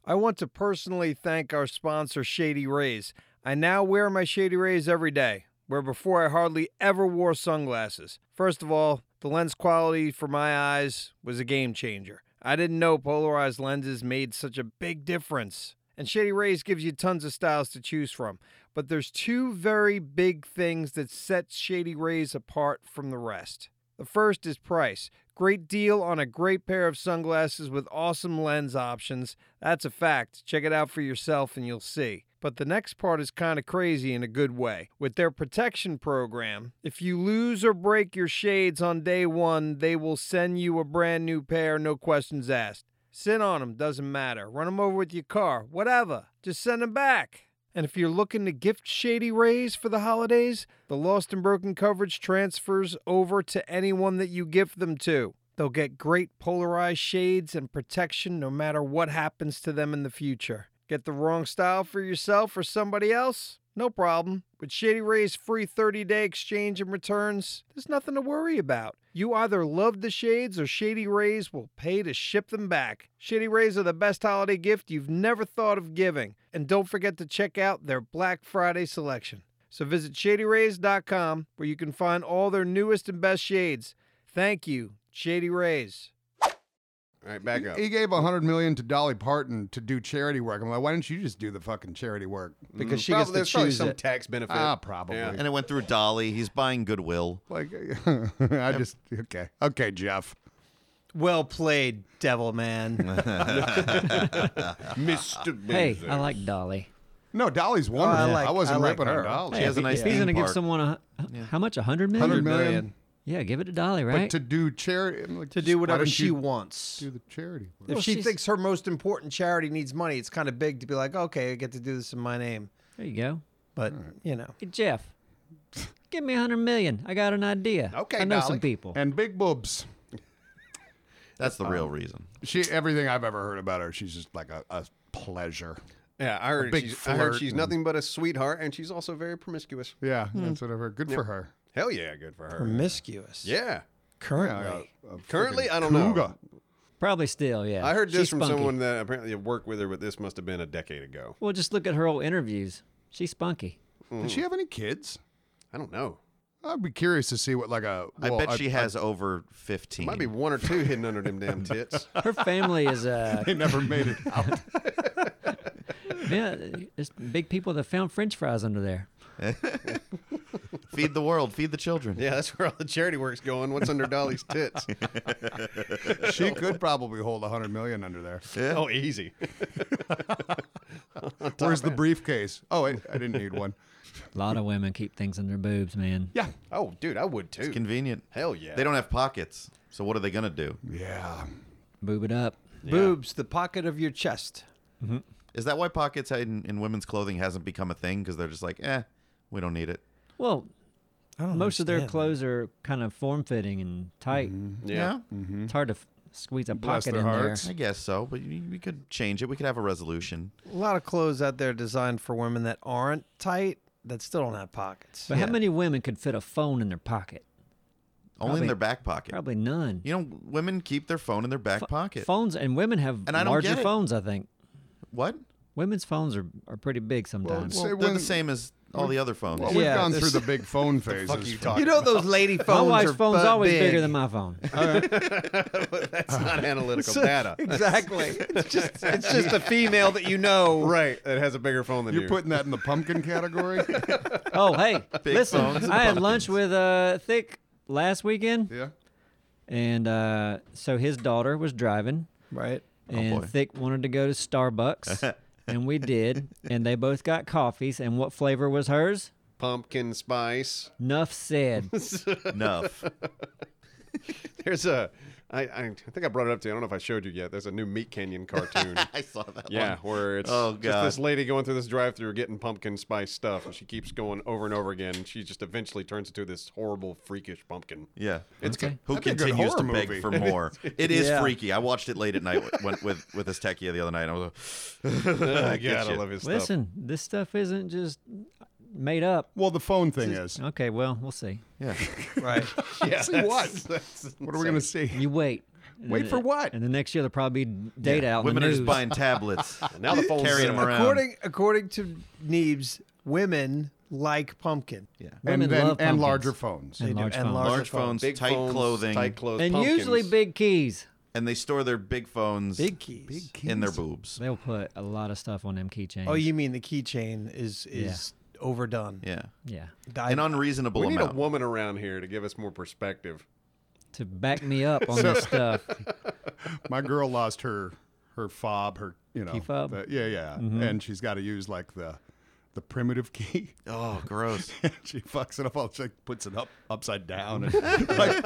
Speaker 1: I want to personally thank our sponsor, Shady Rays. I now wear my Shady Rays every day, where before I hardly ever wore sunglasses. First of all, the lens quality for my eyes was a game changer. I didn't know polarized lenses made such a big difference.
Speaker 2: And Shady Rays gives you tons of styles to choose from. But there's two very big things that set Shady Rays apart from the rest. The first is price. Great deal on a great pair of sunglasses with awesome lens options. That's a fact. Check it out for yourself and you'll see. But the next part is kind of crazy in a good way. With their protection program, if you lose or break your shades on day one, they will send you a brand new pair, no questions asked. Sit on them, doesn't matter. Run them over with your car, whatever. Just send them back. And if you're looking to gift Shady Rays for the holidays, the lost and broken coverage transfers over to anyone that you gift them to. They'll get great polarized shades and protection no matter what happens to them in the future. Get the wrong style for yourself or somebody else? No problem. With Shady Rays free 30-day exchange and returns, there's nothing to worry about. You either love the shades or Shady Rays will pay to ship them back. Shady Rays are the best holiday gift you've never thought of giving. And don't forget to check out their Black Friday selection. So visit shadyrays.com where you can find all their newest and best shades. Thank you, Shady Rays.
Speaker 4: All right, back up.
Speaker 3: He gave a hundred million to Dolly Parton to do charity work. I'm like, why didn't you just do the fucking charity work?
Speaker 8: because she
Speaker 4: Mm, Probably,
Speaker 8: gets
Speaker 4: there's
Speaker 8: to
Speaker 4: probably
Speaker 8: choose
Speaker 4: some
Speaker 8: it.
Speaker 4: tax benefit.
Speaker 3: Ah, probably.
Speaker 4: Yeah.
Speaker 5: And it went through Dolly. He's buying Goodwill.
Speaker 3: Like, I just okay, okay, Jeff.
Speaker 8: Well played, Devil Man.
Speaker 4: Ah. Mr.
Speaker 6: Hey, I like Dolly.
Speaker 3: No, Dolly's wonderful. I,
Speaker 8: like-
Speaker 3: wasn't
Speaker 8: I like
Speaker 3: ripping on
Speaker 8: her.
Speaker 3: Dolly.
Speaker 5: She has a nice
Speaker 6: If he's gonna
Speaker 5: theme
Speaker 6: give
Speaker 5: park.
Speaker 6: someone a hu- how much? A hundred million?
Speaker 3: Hundred million,
Speaker 8: million.
Speaker 6: Yeah, give it to Dolly,
Speaker 3: but
Speaker 6: right?
Speaker 3: to do charity, I'm like,
Speaker 8: to
Speaker 3: just
Speaker 8: do
Speaker 3: why
Speaker 8: whatever
Speaker 3: didn't
Speaker 8: she
Speaker 3: you
Speaker 8: wants.
Speaker 3: Do the charity. Work?
Speaker 8: if
Speaker 6: Well,
Speaker 8: she
Speaker 6: she's-
Speaker 8: thinks her most important charity needs money, it's kind of big to be like, okay, I get to do this in my name.
Speaker 6: there you go.
Speaker 8: But you know,
Speaker 6: Hey, Jeff, give me a hundred million. I got an idea.
Speaker 3: Okay,
Speaker 6: I know
Speaker 3: Dolly.
Speaker 6: some people.
Speaker 3: and big boobs.
Speaker 5: That's the real reason.
Speaker 3: She everything I've ever heard about her, she's just like a, a pleasure.
Speaker 4: Yeah, I heard,
Speaker 3: big
Speaker 4: she's, I heard
Speaker 3: flirt
Speaker 4: she's
Speaker 3: and-
Speaker 4: nothing but a sweetheart, and she's also very promiscuous.
Speaker 3: Yeah, that's what I've heard. Good for her.
Speaker 4: Hell yeah, good for her.
Speaker 8: promiscuous.
Speaker 4: Yeah.
Speaker 8: Currently.
Speaker 4: Currently, I don't know.
Speaker 3: Cougar.
Speaker 6: Probably still, yeah.
Speaker 4: I heard this
Speaker 6: She's
Speaker 4: from
Speaker 6: spunky.
Speaker 4: someone that apparently worked with her, but this must have been a decade ago.
Speaker 6: Well, just look at her old interviews. She's spunky.
Speaker 3: Does she have any kids?
Speaker 4: I don't know.
Speaker 3: I'd be curious to see what like a. well,
Speaker 5: I bet she has over 15.
Speaker 4: Might be one or two hidden under them damn tits.
Speaker 6: Her family is uh,
Speaker 3: They never made it out.
Speaker 6: yeah, there's big people that found French fries under there.
Speaker 5: Feed the world. Feed the children.
Speaker 4: Yeah, that's where all the charity work's going. What's under Dolly's tits?
Speaker 3: she could probably hold a hundred million under there.
Speaker 4: Oh, easy.
Speaker 3: Where's the briefcase? Oh, wait, I didn't need one.
Speaker 6: A lot of women keep things in their boobs, man.
Speaker 3: Yeah,
Speaker 4: Oh, dude, I would too.
Speaker 5: It's convenient.
Speaker 4: Hell yeah.
Speaker 5: They don't have pockets. So what are they going to do?
Speaker 3: yeah.
Speaker 6: Boob it up.
Speaker 8: Boobs, the pocket of your chest.
Speaker 5: Is that why pockets in, in women's clothing hasn't become a thing? Because they're just like, eh, we don't need it.
Speaker 6: Well,
Speaker 8: I
Speaker 2: Oh,
Speaker 8: don't
Speaker 6: most of their
Speaker 8: understand that.
Speaker 6: clothes are kind of form fitting and tight.
Speaker 4: Yeah.
Speaker 5: No?
Speaker 6: It's hard to f- squeeze a
Speaker 3: Bless
Speaker 6: pocket
Speaker 3: their
Speaker 6: in there.
Speaker 3: hearts.
Speaker 5: I guess so. But you- we could change it. We could have a resolution.
Speaker 8: A lot of clothes out there designed for women that aren't tight that still don't have pockets.
Speaker 6: But how many women could fit a phone in their pocket?
Speaker 5: Only in their back pocket.
Speaker 6: Probably none.
Speaker 5: You know, women keep their phone in their back pocket.
Speaker 6: Phones and women have
Speaker 5: And I don't
Speaker 6: larger
Speaker 5: get it.
Speaker 6: phones. I think
Speaker 5: What?
Speaker 6: women's phones are, are pretty big sometimes.
Speaker 3: Say
Speaker 5: Well, they're
Speaker 3: when-
Speaker 5: the same as all the other phones.
Speaker 3: Well, Oh, we've
Speaker 8: Yeah,
Speaker 3: gone
Speaker 8: this-
Speaker 3: through the big phone phases.
Speaker 4: fuck you
Speaker 3: from-
Speaker 4: talking
Speaker 8: You know those lady phones.
Speaker 6: my wife's
Speaker 8: are
Speaker 6: phone's
Speaker 8: butt
Speaker 6: always
Speaker 8: big.
Speaker 6: bigger than my phone.
Speaker 4: That's not analytical data.
Speaker 8: Exactly. It's just it's just a female that you know.
Speaker 4: Right. It has a bigger phone than
Speaker 3: You're
Speaker 4: you.
Speaker 3: putting that in the pumpkin category?
Speaker 6: oh, hey,
Speaker 5: Big
Speaker 6: listen,
Speaker 5: phones and
Speaker 6: I had
Speaker 5: pumpkins.
Speaker 6: lunch with uh, Thick last weekend,
Speaker 3: yeah.
Speaker 6: and uh, so his daughter was driving,
Speaker 8: Right.
Speaker 6: and
Speaker 5: Oh, boy.
Speaker 6: Thick wanted to go to Starbucks, and we did, and they both got coffees. And what flavor was hers?
Speaker 4: pumpkin spice.
Speaker 6: Nuff said.
Speaker 5: Enough.
Speaker 4: There's a. I, I I think I brought it up to you. I don't know if I showed you yet. There's a new Meat Canyon cartoon.
Speaker 5: I saw that
Speaker 4: yeah,
Speaker 5: one.
Speaker 4: where it's
Speaker 5: Oh,
Speaker 4: just this
Speaker 5: God.
Speaker 4: lady going through this drive-through getting pumpkin spice stuff, and she keeps going over and over again. And she just eventually turns into this horrible, freakish pumpkin.
Speaker 5: Yeah.
Speaker 4: It's
Speaker 6: Okay.
Speaker 5: Who
Speaker 3: That'd be a good
Speaker 5: continues to
Speaker 3: horror
Speaker 5: beg
Speaker 3: movie.
Speaker 5: for more? It is
Speaker 8: Yeah.
Speaker 5: freaky. I watched it late at night with with, with, with this techie the other night. And I was like,
Speaker 4: good.
Speaker 5: I
Speaker 4: Oh,
Speaker 5: get
Speaker 4: God, I
Speaker 5: you.
Speaker 4: love his stuff.
Speaker 6: Listen, this stuff isn't just made up.
Speaker 3: Well, the phone thing is.
Speaker 6: Okay, well, we'll see.
Speaker 5: yeah.
Speaker 8: Right.
Speaker 4: Yeah,
Speaker 3: See
Speaker 4: that's-
Speaker 3: what?
Speaker 4: that's
Speaker 3: What are we going to see?
Speaker 6: You wait. And
Speaker 3: Wait
Speaker 6: then-
Speaker 3: for what?
Speaker 6: And the next year there'll probably be data out. in
Speaker 5: Women
Speaker 6: the
Speaker 5: are
Speaker 6: news.
Speaker 5: just buying tablets,
Speaker 4: Now the phone's
Speaker 5: carrying them around.
Speaker 8: According according to Neebs, women like pumpkin.
Speaker 5: yeah.
Speaker 6: Women
Speaker 3: and then
Speaker 6: love
Speaker 3: and
Speaker 6: pumpkins.
Speaker 3: larger phones.
Speaker 6: and
Speaker 8: do,
Speaker 6: large
Speaker 8: and
Speaker 6: phones.
Speaker 8: large-
Speaker 5: Large phones,
Speaker 4: big
Speaker 5: tight
Speaker 4: phones,
Speaker 5: clothing.
Speaker 4: tight clothes,
Speaker 6: and usually
Speaker 4: pumpkins.
Speaker 6: big keys.
Speaker 5: and they store their big phones
Speaker 2: Big keys. Big keys.
Speaker 5: in their boobs.
Speaker 6: They'll put a lot of stuff on them keychains.
Speaker 2: Oh, you mean the keychain is is overdone?
Speaker 5: Yeah,
Speaker 6: yeah.
Speaker 2: I-
Speaker 5: an unreasonable
Speaker 4: We need a
Speaker 5: amount.
Speaker 4: woman around here to give us more perspective.
Speaker 6: To back me up on this stuff.
Speaker 3: My girl lost her her fob, her you know,
Speaker 6: Key fob?
Speaker 3: the- yeah, yeah, and she's got to use like the the primitive key.
Speaker 5: oh, gross.
Speaker 3: she fucks it up. All, she like, puts it up upside down, and like,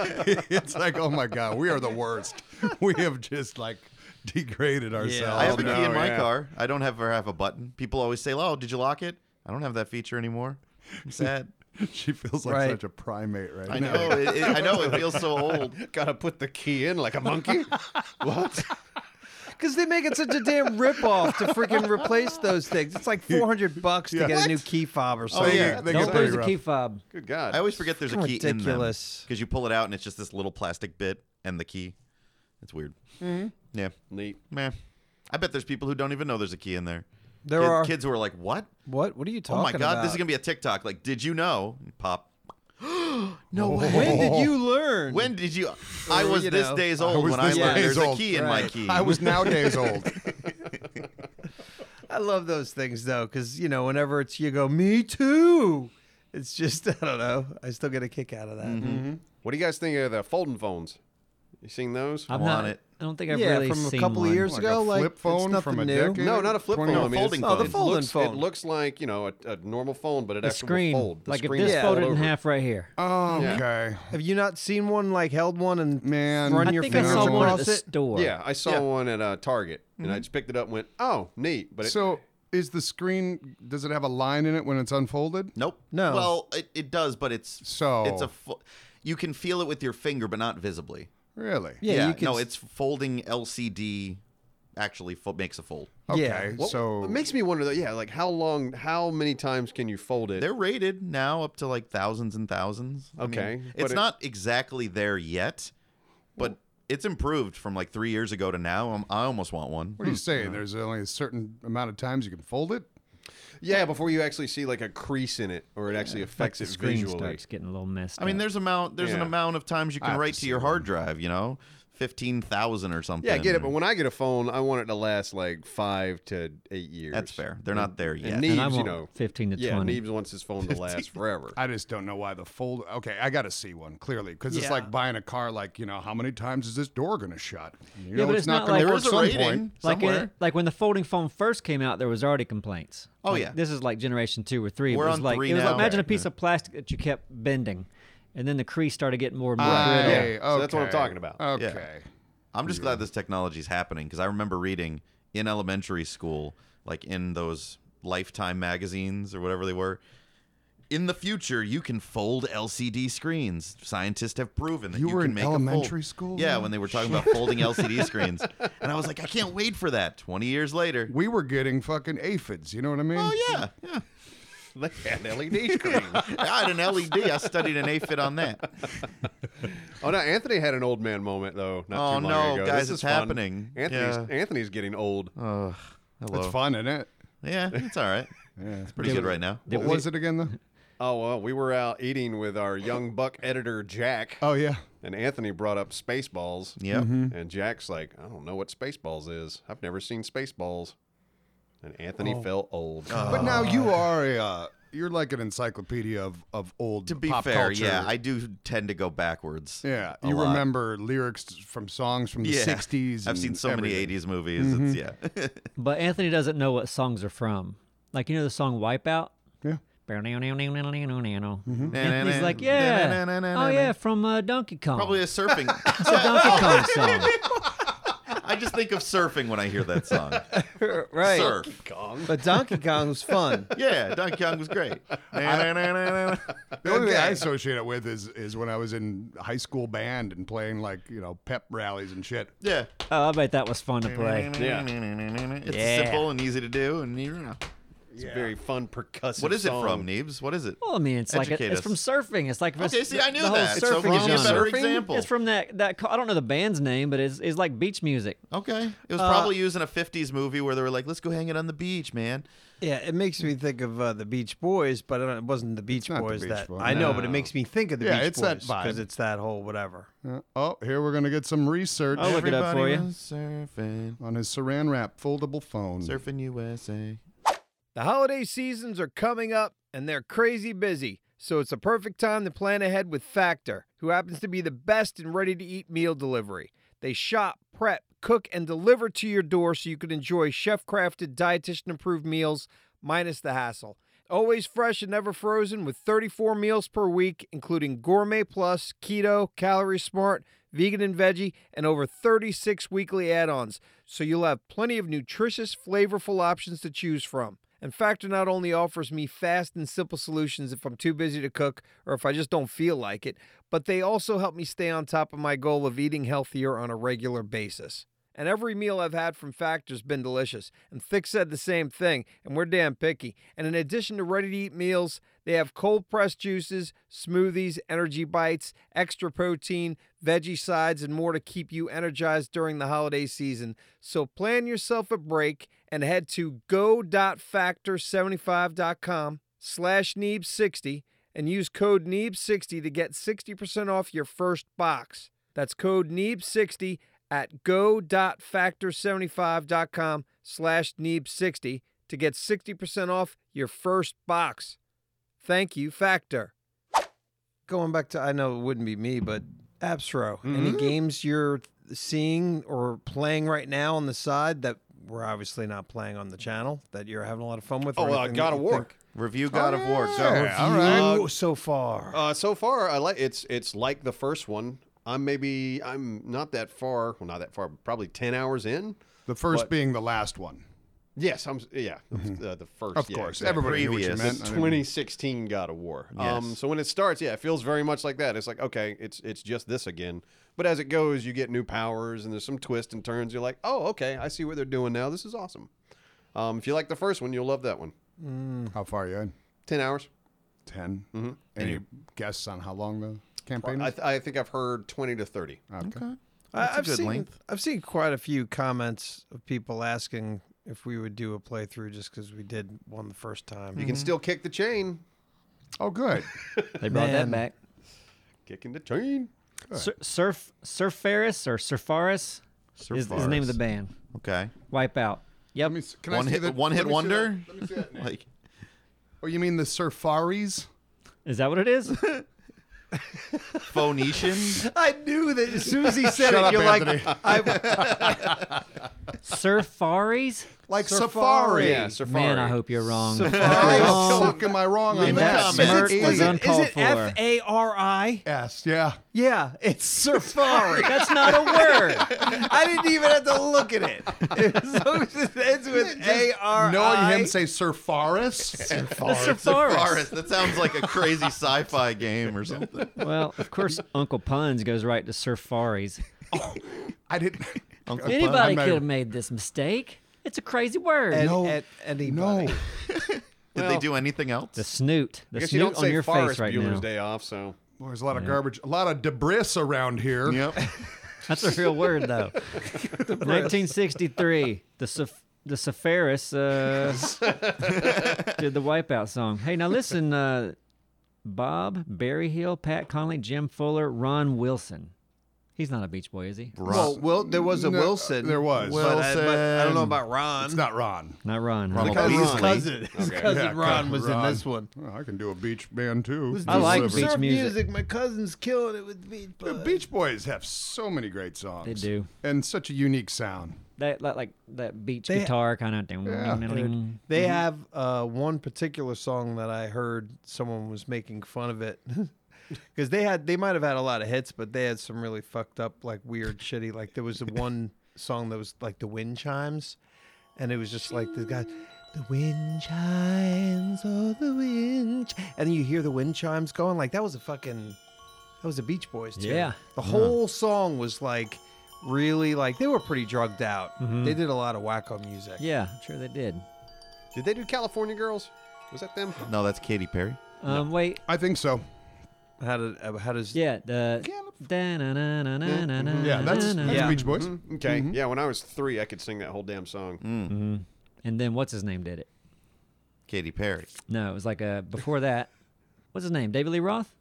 Speaker 3: it's like, oh my god, we are the worst. We have just like degraded ourselves.
Speaker 5: I have a key
Speaker 4: no,
Speaker 5: in my
Speaker 4: yeah.
Speaker 5: car. I don't ever have a button. People always say, "Oh, did you lock it?" I don't have that feature anymore. I'm sad.
Speaker 3: She feels like
Speaker 2: Right.
Speaker 3: such a primate right
Speaker 5: I
Speaker 3: now.
Speaker 5: know. it, it, I know. It feels so old.
Speaker 4: Gotta put the key in like a monkey. what?
Speaker 2: Because they make it such a damn ripoff to freaking replace those things. It's like 400 bucks to
Speaker 3: Yeah. Oh,
Speaker 2: get a new key fob or something.
Speaker 5: yeah.
Speaker 3: They
Speaker 6: Don't uh,
Speaker 3: get
Speaker 6: lose
Speaker 3: pretty
Speaker 6: the
Speaker 3: rough.
Speaker 6: key fob.
Speaker 4: Good God.
Speaker 5: I always forget there's a key in them
Speaker 2: Ridiculous.
Speaker 5: because you pull it out and it's just this little plastic bit and the key. It's weird. Mm-hmm. Yeah,
Speaker 4: Neat.
Speaker 5: man. I bet there's people who don't even know there's a key in there.
Speaker 2: There
Speaker 5: Kid-
Speaker 2: are-
Speaker 5: kids who are like, "What?
Speaker 2: What? What are you talking
Speaker 5: oh my god,
Speaker 2: about?
Speaker 5: this is gonna be a TikTok." Like, did you know? Pop. no way.
Speaker 2: When
Speaker 3: Oh.
Speaker 2: did you learn?
Speaker 5: When did you? I was
Speaker 2: you
Speaker 5: this
Speaker 2: know.
Speaker 5: day's
Speaker 3: I
Speaker 5: old
Speaker 3: was
Speaker 5: when I
Speaker 3: this
Speaker 5: learned
Speaker 3: day's
Speaker 5: there's
Speaker 3: old,
Speaker 5: a key in my
Speaker 3: right.
Speaker 5: key.
Speaker 3: I was nowadays old.
Speaker 2: I love those things though, because you know, whenever it's you go, me too. It's just I don't know. I still get a kick out of that.
Speaker 3: Mm-hmm.
Speaker 4: What do you guys think of the folding phones? You seen those?
Speaker 6: I'm
Speaker 5: want
Speaker 6: not.
Speaker 5: it.
Speaker 6: I don't think I've
Speaker 2: Yeah,
Speaker 6: really
Speaker 2: from a
Speaker 6: seen
Speaker 2: couple
Speaker 6: one.
Speaker 2: of years
Speaker 3: Like a
Speaker 2: ago, like
Speaker 3: flip
Speaker 2: it's
Speaker 3: phone
Speaker 2: nothing
Speaker 3: from a
Speaker 2: new.
Speaker 3: decade?
Speaker 4: no, not a flip phone.
Speaker 3: 20
Speaker 4: I mean,
Speaker 5: folding
Speaker 4: it's-
Speaker 2: Oh, the
Speaker 5: phone.
Speaker 2: folding
Speaker 4: looks,
Speaker 2: phone.
Speaker 4: It looks like you know a, a normal phone, but it
Speaker 6: The
Speaker 4: actually
Speaker 6: screen.
Speaker 4: will fold. The
Speaker 6: like
Speaker 4: screen will
Speaker 6: if this
Speaker 2: Yeah.
Speaker 6: folded
Speaker 4: fold
Speaker 6: in
Speaker 4: over.
Speaker 6: half right here.
Speaker 3: Okay,
Speaker 2: Have you not seen one like held one and
Speaker 3: Man.
Speaker 2: run
Speaker 6: I
Speaker 2: your
Speaker 6: think I
Speaker 2: fingers
Speaker 6: saw one at
Speaker 2: across
Speaker 6: the
Speaker 2: it?
Speaker 6: store.
Speaker 4: Yeah, I saw one at uh, Target, and
Speaker 5: Mm-hmm.
Speaker 4: I just picked it up and went, "Oh, neat!" But it,
Speaker 3: so is the screen? Does it have a line in it when it's unfolded?
Speaker 5: Nope.
Speaker 2: No.
Speaker 5: Well, it, it does, but it's
Speaker 3: So-
Speaker 5: it's a fo- you can feel it with your finger, but not visibly.
Speaker 3: Really?
Speaker 2: Yeah, you can
Speaker 5: no,
Speaker 2: s-
Speaker 5: it's folding LCD. Actually, fo- makes a fold.
Speaker 3: Okay.
Speaker 2: Yeah.
Speaker 3: So
Speaker 4: it makes me wonder though. Yeah, like how long? How many times can you fold it?
Speaker 5: They're rated now up to like thousands and thousands. I mean,
Speaker 4: Okay, but
Speaker 5: it's
Speaker 4: it-
Speaker 5: not exactly there yet, but it's improved from like three years ago to now. Um, I almost want one.
Speaker 3: what are you saying? There's only a certain amount of times you can fold it.
Speaker 4: Yeah, before you actually see like a crease in it, or it actually
Speaker 6: Like
Speaker 4: affects
Speaker 6: the
Speaker 4: it
Speaker 6: screen
Speaker 4: visually.
Speaker 6: starts getting a little messed.
Speaker 5: I mean,
Speaker 6: up.
Speaker 5: there's amount there's an
Speaker 4: Yeah.
Speaker 5: amount of times you can write to your hard drive. You know, fifteen thousand or something.
Speaker 4: Yeah, I get it. But when I get a phone, I want it to last like five to eight years.
Speaker 5: that's fair. They're not there yet.
Speaker 4: And
Speaker 6: and I
Speaker 4: Neebs,
Speaker 6: want
Speaker 4: you know,
Speaker 6: 15 to
Speaker 4: yeah,
Speaker 6: 20.
Speaker 4: Neebs wants his phone to last forever.
Speaker 3: I just don't know why the fold. Okay, I got to see one clearly because it's
Speaker 2: Yeah.
Speaker 3: like buying a car. Like you know, how many times is this door gonna shut? You know,
Speaker 6: but it's not
Speaker 3: gonna
Speaker 6: like-
Speaker 5: there
Speaker 3: work
Speaker 5: is a
Speaker 3: some
Speaker 5: rating
Speaker 3: point.
Speaker 6: Like,
Speaker 5: somewhere.
Speaker 6: it, like when the folding phone first came out, there was already complaints.
Speaker 5: Oh,
Speaker 6: Like,
Speaker 5: yeah.
Speaker 6: this is like generation two or three.
Speaker 5: We're
Speaker 6: it was
Speaker 5: on
Speaker 6: like,
Speaker 5: three
Speaker 6: it was like-
Speaker 5: now.
Speaker 6: imagine a piece of plastic that you kept bending, and then the crease started getting more and more
Speaker 3: Right,
Speaker 6: brittle.
Speaker 3: okay.
Speaker 4: So that's what I'm talking about.
Speaker 3: Okay.
Speaker 5: I'm just glad this technology is happening because I remember reading in elementary school, like in those Lifetime magazines or whatever they were. In the future, you can fold LCD screens. Scientists have proven that
Speaker 3: You
Speaker 5: you,
Speaker 3: were
Speaker 5: can
Speaker 3: in
Speaker 5: make a fold.
Speaker 3: elementary school,
Speaker 5: Yeah,
Speaker 3: man?
Speaker 5: when they were talking about folding LCD screens, and I was like, I can't wait for that. Twenty years later.
Speaker 3: We were getting fucking aphids. You know what I mean?
Speaker 5: Oh yeah, yeah.
Speaker 4: They had LED screen.
Speaker 5: I had an LED. I studied an AFIT on that.
Speaker 4: oh no, Anthony had an old man moment though. Not
Speaker 5: Oh,
Speaker 4: too long
Speaker 5: no,
Speaker 4: ago.
Speaker 5: guys,
Speaker 4: this is
Speaker 5: it's
Speaker 4: fun.
Speaker 5: happening.
Speaker 4: Anthony's
Speaker 5: Yeah.
Speaker 4: Anthony's getting old.
Speaker 5: Oh, hello.
Speaker 3: It's fun, isn't it?
Speaker 5: Yeah, it's all right.
Speaker 3: Yeah.
Speaker 5: It's pretty good right now.
Speaker 3: What was it again though?
Speaker 4: Oh well, we were out eating with our young buck editor Jack,
Speaker 3: Oh yeah.
Speaker 4: and Anthony brought up Spaceballs.
Speaker 5: Yeah.
Speaker 4: And Jack's like, I don't know what Spaceballs is. I've never seen Spaceballs. And Anthony felt old.
Speaker 3: But now you are a. Uh, you're like an encyclopedia of, of old
Speaker 5: To be
Speaker 3: pop
Speaker 5: fair,
Speaker 3: culture.
Speaker 5: yeah, I do tend to go backwards.
Speaker 3: Yeah,
Speaker 5: a
Speaker 3: you
Speaker 5: lot.
Speaker 3: remember lyrics from songs from the
Speaker 5: Yeah.
Speaker 3: 60s.
Speaker 5: I've
Speaker 3: and
Speaker 5: seen so
Speaker 3: everything. Mm-hmm.
Speaker 5: many 80s movies. It's yeah.
Speaker 6: But Anthony doesn't know what songs are from. Like, you know the song Wipeout?
Speaker 3: Yeah.
Speaker 6: Anthony's Mm-hmm. like, yeah. Oh, yeah, from uh, Donkey Kong.
Speaker 5: Probably a surfing.
Speaker 6: It's a Donkey Kong song.
Speaker 5: I just think of surfing when I hear that song.
Speaker 2: right.
Speaker 5: Surf.
Speaker 2: But Donkey Kong was fun.
Speaker 5: Yeah, Donkey Kong was great.
Speaker 3: The only thing I associate it with is is when I was in high school band and playing like you know pep rallies and shit.
Speaker 5: yeah.
Speaker 6: Oh, I bet that was fun to play.
Speaker 5: It's simple and easy to do, and you know,
Speaker 4: It's a very fun percussive.
Speaker 5: What is it
Speaker 4: song.
Speaker 5: from, Neebs? What is it?
Speaker 6: Well, I mean, it's like
Speaker 5: Educate
Speaker 6: a, it's
Speaker 5: us.
Speaker 6: from surfing. It's like
Speaker 5: Okay, see, I knew
Speaker 6: the whole
Speaker 5: that. It's
Speaker 6: surfing
Speaker 5: from- give me a better
Speaker 6: genre.
Speaker 5: example.
Speaker 6: It's from that that co- I don't know the band's name, but it's it's like beach music.
Speaker 5: Okay. It was probably used in a 50s movie where they were like, let's go hang it on the beach, man.
Speaker 2: Yeah, it makes me think of uh, the Beach Boys, but I don't- it wasn't the Beach
Speaker 3: not the
Speaker 2: Boys
Speaker 3: Beach
Speaker 2: that
Speaker 3: Boys.
Speaker 2: I know, but it makes me think of the
Speaker 3: Yeah,
Speaker 2: Beach
Speaker 3: it's that
Speaker 2: because
Speaker 3: vibe.
Speaker 2: it's that whole whatever.
Speaker 3: Uh, oh, here we're gonna get some research
Speaker 5: Oh,
Speaker 6: I'll look it up for
Speaker 5: Everybody
Speaker 6: you.
Speaker 5: was Surfing.
Speaker 3: on his Saran wrap foldable phone.
Speaker 5: Surfing USA.
Speaker 1: The holiday seasons are coming up and they're crazy busy, so it's a perfect time to plan ahead with Factor, who happens to be the best in ready to eat meal delivery. They shop, prep, cook, and deliver to your door so you can enjoy chef crafted, dietitian approved meals minus the hassle. Always fresh and never frozen with 34 meals per week, including Gourmet Plus, Keto, Calorie Smart, Vegan and Veggie, and over 36 weekly add ons. So you'll have plenty of nutritious, flavorful options to choose from. And Factor not only offers me fast and simple solutions if I'm too busy to cook or if I just don't feel like it, but they also help me stay on top of my goal of eating healthier on a regular basis. And every meal I've had from Factor's been delicious. And Thick said the same thing, and we're damn picky. And in addition to ready to eat meals, they have cold pressed juices, smoothies, energy bites, extra protein, veggie sides, and more to keep you energized during the holiday season. So plan yourself a break and head to go.factor75.com slash neeb60 and use code E NEEB60 to get 60% off your first box. That's code E NEEB60 at go.factor75.com slash E NEEB60 to get 60% off your first box. Thank you, Factor.
Speaker 2: Going back to I know it wouldn't be me, but Absro,
Speaker 1: Mm-hmm.
Speaker 2: any games you're seeing or playing right now on the side that we're obviously not playing on the channel that you're having a lot of fun with?
Speaker 4: Oh,
Speaker 2: or
Speaker 4: uh,
Speaker 2: anything
Speaker 4: God
Speaker 2: that
Speaker 4: of
Speaker 2: you
Speaker 4: War.
Speaker 2: think-
Speaker 5: Review God of War. Go.
Speaker 3: Oh, Yeah, all right.
Speaker 2: Ooh, so far.
Speaker 4: Uh, so far, I like it's it's like the first one. I'm maybe I'm not that far. Well, not that far. but Probably ten hours in.
Speaker 3: The first
Speaker 4: What?
Speaker 3: being the last one,
Speaker 4: Yes, I'm. Yeah, uh, the first.
Speaker 3: of
Speaker 4: yeah,
Speaker 3: course.
Speaker 4: exactly.
Speaker 3: Everybody knew what you
Speaker 5: Previous.
Speaker 3: meant. I didn't-
Speaker 4: 2016 God of War. Um,
Speaker 5: Yes.
Speaker 4: so when it starts, yeah, it feels very much like that. It's like okay, it's it's just this again. But as it goes, you get new powers and there's some twists and turns. You're like, oh, okay, I see what they're doing now. This is awesome. Um, if you like the first one, you'll love that one.
Speaker 3: How far are you in?
Speaker 4: Ten hours.
Speaker 3: 10 Mm-hmm. Any guess on how long the campaign
Speaker 4: I,
Speaker 3: is?
Speaker 4: th- I think I've heard 20 to 30.
Speaker 3: okay.
Speaker 5: That's a
Speaker 2: I- I've
Speaker 5: good
Speaker 2: seen,
Speaker 5: length.
Speaker 2: I've seen quite a few comments of people asking if we would do a playthrough just because we did one the first time.
Speaker 4: You can still kick the chain.
Speaker 3: Oh, good.
Speaker 6: They brought
Speaker 2: Man.
Speaker 6: that back.
Speaker 4: Kicking the chain.
Speaker 6: Sur- surf Surfaris or Surfaris is, is the name of the band.
Speaker 5: Okay.
Speaker 6: Wipeout. Yep.
Speaker 3: Let me s- can
Speaker 5: One
Speaker 3: I see
Speaker 5: hit-
Speaker 3: the-
Speaker 5: one hit
Speaker 3: let me see
Speaker 5: wonder?
Speaker 3: that- let me see that name.
Speaker 5: Like,
Speaker 3: oh, you mean the Surfaris?
Speaker 6: Is that what it is?
Speaker 5: Phonician?
Speaker 2: I knew that as soon as he said
Speaker 3: Shut
Speaker 2: it,
Speaker 3: up,
Speaker 2: you're
Speaker 3: Anthony.
Speaker 2: like, I,
Speaker 6: Surfaris?
Speaker 3: Like
Speaker 2: Safari.
Speaker 3: Safari.
Speaker 4: Yeah, Safari.
Speaker 6: Man, I hope you're wrong.
Speaker 3: How the
Speaker 6: Wrong.
Speaker 3: fuck am I wrong on
Speaker 5: In
Speaker 3: that?
Speaker 5: that
Speaker 3: Is
Speaker 5: smirk
Speaker 3: it- is
Speaker 6: was
Speaker 3: it-
Speaker 6: un- uncalled for.
Speaker 2: F A R I?
Speaker 3: Yes, yeah.
Speaker 2: Yeah, it's Safari.
Speaker 6: That's not a word.
Speaker 2: I didn't even have to look at it. It was- it ends with A R I.
Speaker 3: Knowing him say Surfaris.
Speaker 6: The Surfaris.
Speaker 5: Forest. That sounds like a crazy sci fi game or something.
Speaker 6: Well, of course, Uncle Puns goes right to Surfaris.
Speaker 3: I didn't.
Speaker 6: Anybody
Speaker 3: I'm not-
Speaker 6: could have made this mistake. It's a crazy word.
Speaker 2: And,
Speaker 3: No.
Speaker 2: and- anybody.
Speaker 3: No.
Speaker 5: Did they do anything else?
Speaker 6: The snoot. The
Speaker 4: I guess
Speaker 6: snoot
Speaker 4: you don't
Speaker 6: on
Speaker 4: say
Speaker 6: your
Speaker 4: Forrest
Speaker 6: face right
Speaker 4: Bueller's
Speaker 6: now.
Speaker 4: Day Off, so.
Speaker 3: Well, there's a lot of garbage, a lot of debris around here.
Speaker 5: Yep.
Speaker 6: That's a real word, though. 1963. The Saf- the Safaris uh, did the Wipeout song. Hey, now listen, uh, Bob Berryhill, Pat Conley, Jim Fuller, Ron Wilson. He's not a Beach Boy, is he?
Speaker 5: Ron.
Speaker 2: Well, Will, there was a
Speaker 3: No,
Speaker 2: Wilson.
Speaker 3: there was.
Speaker 5: uh,
Speaker 2: But I, but I don't know about Ron.
Speaker 3: It's not Ron.
Speaker 6: Not Ron.
Speaker 5: Ronald
Speaker 6: huh?
Speaker 5: Weasley.
Speaker 2: His cousin, his
Speaker 4: Okay.
Speaker 2: cousin
Speaker 3: Yeah,
Speaker 2: Ron was
Speaker 3: Ron.
Speaker 2: in this one.
Speaker 3: Well, I can do a beach band too.
Speaker 6: I like
Speaker 3: Deliver.
Speaker 6: beach Surf music. music.
Speaker 2: My cousin's killing it with beach.
Speaker 3: The Beach Boys have so many great songs.
Speaker 6: They do.
Speaker 3: And such a unique sound.
Speaker 6: That like, like that beach
Speaker 2: They-
Speaker 6: guitar kind of thing.
Speaker 2: They
Speaker 6: mm-hmm.
Speaker 2: have uh, one particular song that I heard someone was making fun of it because they had they might have had a lot of hits, but they had some really fucked up, like weird, shitty. Like there was the one song that was like the wind chimes, and it was just like the guy. The wind chimes, oh the wind, chi-" and you hear the wind chimes going like that was a fucking, that was a Beach Boys tune.
Speaker 6: Yeah.
Speaker 2: the whole song was like
Speaker 6: Mm-hmm.
Speaker 2: really like they were pretty drugged out. They did a lot of wacko music.
Speaker 6: Yeah, I'm sure they did.
Speaker 4: Did they do California Girls? Was that them?
Speaker 5: No, that's Katy Perry.
Speaker 6: Um, wait,
Speaker 3: I think so.
Speaker 2: How did uh, how does
Speaker 6: yeah, the
Speaker 3: Yeah,
Speaker 6: yeah,
Speaker 3: that's, that's
Speaker 2: Yeah.
Speaker 3: Beach
Speaker 4: Mm-hmm.
Speaker 3: Boys.
Speaker 4: Okay.
Speaker 6: Mm-hmm.
Speaker 4: Yeah, when I was three, I could sing that whole damn song.
Speaker 6: and then what's his name did it?
Speaker 5: Katy Perry.
Speaker 6: No, it was like a before that. What's his name? David Lee Roth.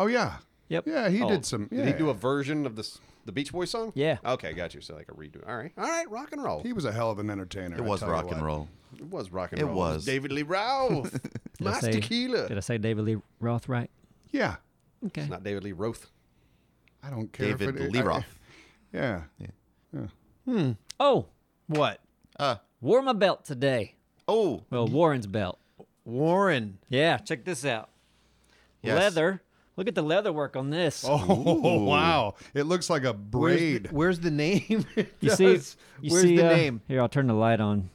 Speaker 3: Oh yeah,
Speaker 6: Yep.
Speaker 3: yeah. He
Speaker 4: Oh,
Speaker 3: did some. Yeah,
Speaker 4: Did he do a version of this the Beach Boys song?
Speaker 6: Yeah.
Speaker 4: Okay, got you. So like a redo. All right, all right. Rock and roll.
Speaker 3: He was a hell of an entertainer.
Speaker 5: It
Speaker 3: I
Speaker 5: was
Speaker 3: tell you
Speaker 5: rock and
Speaker 3: what.
Speaker 5: roll.
Speaker 4: It was rock and
Speaker 5: It
Speaker 4: roll.
Speaker 5: was.
Speaker 4: David Lee Roth.
Speaker 6: Did I
Speaker 4: Nice
Speaker 6: say-
Speaker 4: tequila.
Speaker 6: Did I say David Lee Roth right?
Speaker 3: Yeah,
Speaker 6: Okay.
Speaker 4: Not David Lee Roth.
Speaker 3: I don't care.
Speaker 5: David
Speaker 3: if it,
Speaker 5: Lee
Speaker 3: I-
Speaker 5: Roth.
Speaker 3: yeah.
Speaker 6: Oh,
Speaker 2: what
Speaker 3: Uh.
Speaker 6: wore my belt today.
Speaker 5: Oh,
Speaker 6: Well, Warren's belt.
Speaker 2: Warren?
Speaker 6: Yeah, check this out.
Speaker 5: Yes.
Speaker 6: Leather. Look at the leather work on this.
Speaker 3: Oh wow! It looks like a
Speaker 2: Where's the-
Speaker 3: braid.
Speaker 2: Where's the name? It
Speaker 6: you see,
Speaker 2: does.
Speaker 6: you
Speaker 2: where's
Speaker 6: see,
Speaker 2: the
Speaker 6: uh,
Speaker 2: name?
Speaker 6: Here, I'll turn the light on.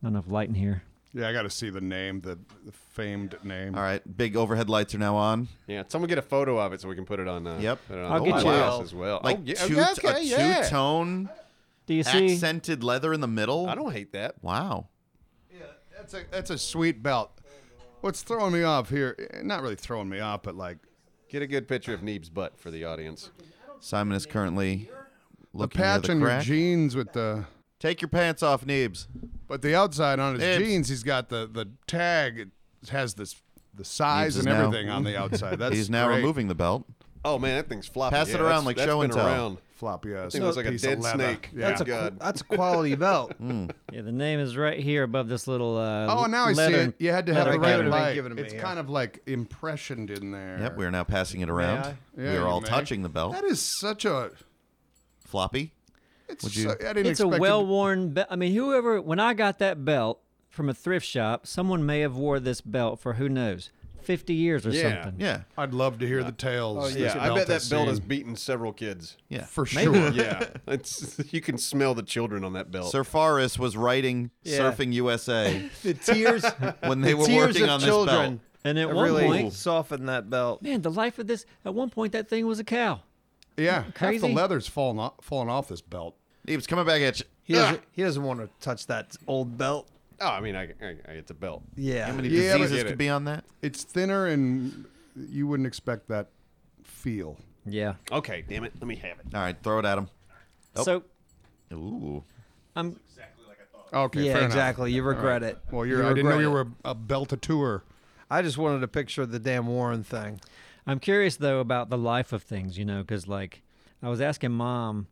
Speaker 6: Not enough light in here.
Speaker 3: Yeah, I got to see the name, the, the famed name.
Speaker 5: all right. Big overhead lights are now on.
Speaker 4: Yeah, someone get a photo of it so we can put it on. Uh,
Speaker 5: Yep.
Speaker 4: put it on
Speaker 6: I'll
Speaker 4: the
Speaker 6: get
Speaker 4: wall
Speaker 6: you-
Speaker 4: house as well.
Speaker 5: Like
Speaker 4: oh, yeah,
Speaker 5: two,
Speaker 4: okay,
Speaker 5: a
Speaker 4: yeah.
Speaker 5: two-tone
Speaker 6: Do you see?
Speaker 5: accented leather in the middle.
Speaker 4: I don't hate that.
Speaker 5: Wow.
Speaker 3: Yeah, that's a that's a sweet belt. What's throwing me off here? eh, Not really throwing me off, but like
Speaker 4: Get a good picture of Neeb's butt for the audience.
Speaker 5: Simon is currently
Speaker 3: the
Speaker 5: looking near
Speaker 3: patch on
Speaker 5: the
Speaker 3: your
Speaker 5: crack.
Speaker 3: jeans with the.
Speaker 5: Take your pants off, Neebs.
Speaker 3: But the outside on his
Speaker 5: Ibs.
Speaker 3: jeans, he's got the the tag. It has this the size
Speaker 5: Ibs is
Speaker 3: and
Speaker 5: now-
Speaker 3: everything on the outside. That's
Speaker 5: He's now
Speaker 3: great.
Speaker 5: removing the belt.
Speaker 4: Oh man, that thing's floppy.
Speaker 5: Pass it
Speaker 4: Yeah,
Speaker 5: around
Speaker 4: that's-
Speaker 5: like
Speaker 4: that's
Speaker 5: show
Speaker 4: been
Speaker 5: and tell.
Speaker 4: around.
Speaker 3: floppy ass.
Speaker 4: Thing looks like a
Speaker 3: piece of
Speaker 4: dead
Speaker 3: leather.
Speaker 4: snake.
Speaker 3: Yeah.
Speaker 4: That's a God.
Speaker 2: That's a quality belt.
Speaker 6: Yeah, the name is right here above this little. Uh,
Speaker 3: Oh, now I see
Speaker 6: leather-
Speaker 3: it. You had to have
Speaker 6: leather
Speaker 3: the right
Speaker 6: cover.
Speaker 3: light.
Speaker 2: Give it to me,
Speaker 3: it's
Speaker 2: yeah.
Speaker 3: kind of like impressioned in there.
Speaker 5: Yep, we are now passing it around.
Speaker 2: I?
Speaker 3: Yeah,
Speaker 5: we
Speaker 3: you
Speaker 5: are all
Speaker 3: may.
Speaker 5: touching the belt.
Speaker 3: That is such a.
Speaker 5: Floppy.
Speaker 3: It's
Speaker 5: Would you-
Speaker 3: so- I didn't
Speaker 6: It's a
Speaker 3: expect it-
Speaker 6: well-worn belt. I mean, whoever when I got that belt from a thrift shop, someone may have wore this belt for who knows, fifty years or
Speaker 4: Yeah.
Speaker 6: something.
Speaker 5: Yeah,
Speaker 3: I'd love to hear the tales.
Speaker 2: Oh,
Speaker 3: that
Speaker 4: Yeah,
Speaker 3: the
Speaker 4: I bet that
Speaker 3: has
Speaker 4: belt has
Speaker 3: seen.
Speaker 4: beaten several kids.
Speaker 5: yeah.
Speaker 3: for sure.
Speaker 4: Yeah, it's you can smell the children on that belt.
Speaker 5: Sir Faris was writing Surfing USA
Speaker 2: The tears.
Speaker 5: when they
Speaker 2: the
Speaker 5: were
Speaker 2: tears
Speaker 5: working
Speaker 2: of
Speaker 5: on this
Speaker 2: children.
Speaker 5: belt.
Speaker 6: And at
Speaker 2: It
Speaker 6: one
Speaker 2: really
Speaker 6: point,
Speaker 2: softened that belt.
Speaker 6: man, the life of this. At one point, that thing was a cow.
Speaker 3: Yeah, half the
Speaker 6: Crazy.
Speaker 3: leather's falling off, falling off this belt.
Speaker 5: Neebs, coming back at you.
Speaker 2: He doesn't, he doesn't want to touch that old belt.
Speaker 4: oh, I mean, I, I, I it's a belt.
Speaker 2: Yeah.
Speaker 5: How many
Speaker 3: Yeah, but-
Speaker 5: diseases
Speaker 4: Get
Speaker 5: could
Speaker 4: it.
Speaker 5: be on that?
Speaker 3: It's thinner, and you wouldn't expect that feel.
Speaker 6: Yeah.
Speaker 4: Okay, damn it, let me have it.
Speaker 5: All right, throw it at him. Oh.
Speaker 6: So
Speaker 5: Ooh.
Speaker 6: I'm.
Speaker 3: Okay, fair
Speaker 2: yeah,
Speaker 3: enough.
Speaker 2: exactly. You regret it.
Speaker 3: Well, you're, I didn't know
Speaker 2: regret
Speaker 3: you
Speaker 2: it.
Speaker 3: were a, a belt a tour.
Speaker 2: I just wanted a picture of the damn Warren thing.
Speaker 6: I'm curious though about the life of things, you know, because like I was asking mom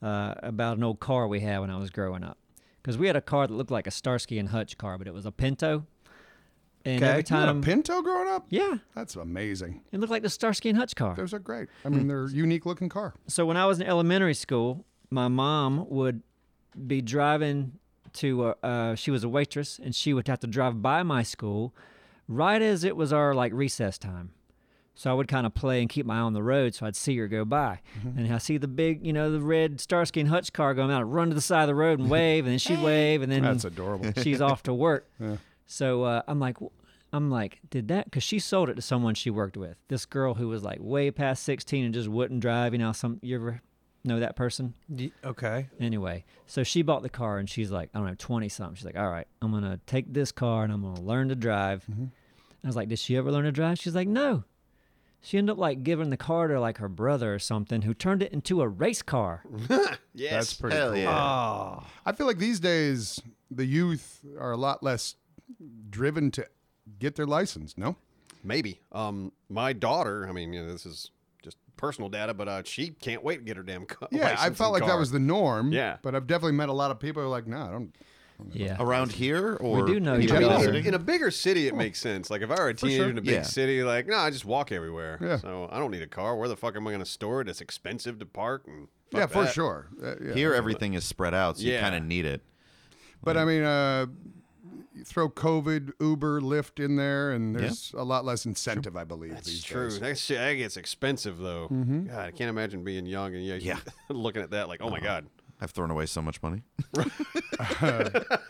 Speaker 6: uh, about an old car we had when I was growing up, because we had a car that looked like a Starsky and Hutch car, but it was a Pinto. And
Speaker 2: Okay.
Speaker 6: every
Speaker 3: You had
Speaker 6: time,
Speaker 3: a Pinto growing up?
Speaker 6: yeah,
Speaker 3: That's amazing.
Speaker 6: it looked like the Starsky and Hutch car.
Speaker 3: Those are great. I mean, they're unique looking car.
Speaker 6: so when I was in elementary school, my mom would be driving to. Uh, uh, she was a waitress, and she would have to drive by my school right as it was our like recess time. So I would kind of play and keep my eye on the road, so I'd see her go by,
Speaker 3: Mm-hmm.
Speaker 6: and I see the big, you know, the red Starsky and Hutch car going out, I'd run to the side of the road and wave, and then she'd wave, and then
Speaker 3: That's adorable.
Speaker 6: she's off to work. So uh, I'm like, w- I'm like, did that? Because she sold it to someone she worked with. This girl who was like way past 16 and just wouldn't drive. You know, some you ever know that person?
Speaker 2: Y- Okay.
Speaker 6: Anyway, so she bought the car and she's like, I don't know, 20 something. She's like, all right, I'm gonna take this car and I'm gonna learn to drive. I was like, did she ever learn to drive? She's like, no. She ended up like giving the car to like her brother or something, who turned it into a race car.
Speaker 4: Yes,
Speaker 3: That's pretty
Speaker 5: Hell
Speaker 3: cool.
Speaker 5: yeah.
Speaker 6: Ah.
Speaker 2: Oh.
Speaker 3: I feel like these days the youth are a lot less driven to get their license. No,
Speaker 4: Maybe. Um, my daughter. I mean, you know, this is just personal data, but uh, she can't wait to get her damn car.
Speaker 3: yeah, I felt like that was the norm.
Speaker 4: Yeah.
Speaker 3: but I've definitely met a lot of people who are like, no, I don't.
Speaker 6: Yeah.
Speaker 5: Around here or
Speaker 6: do know
Speaker 5: in
Speaker 6: you
Speaker 5: the
Speaker 6: are.
Speaker 5: big
Speaker 4: In,
Speaker 5: city?
Speaker 4: a bigger city, it makes sense. Like if I were a teenager
Speaker 3: sure.
Speaker 4: in a big
Speaker 5: Yeah.
Speaker 4: city, like no, I just walk everywhere.
Speaker 3: Yeah.
Speaker 4: So I don't need a car. Where the fuck am I going to store it? It's expensive to park. And fuck
Speaker 3: yeah, for
Speaker 4: that.
Speaker 3: sure. Uh, yeah.
Speaker 5: Here everything is spread out, so you
Speaker 4: Yeah.
Speaker 5: kind of need it.
Speaker 3: But I mean, uh, you throw COVID, Uber, Lyft in there, and there's a lot less incentive, I believe.
Speaker 4: It's
Speaker 3: these
Speaker 4: true.
Speaker 3: Days.
Speaker 4: That shit that gets expensive though.
Speaker 3: Mm-hmm.
Speaker 4: God, I can't imagine being young and yeah,
Speaker 5: Yeah. Uh-huh.
Speaker 4: looking at that like, oh my god.
Speaker 5: I've thrown away so much money.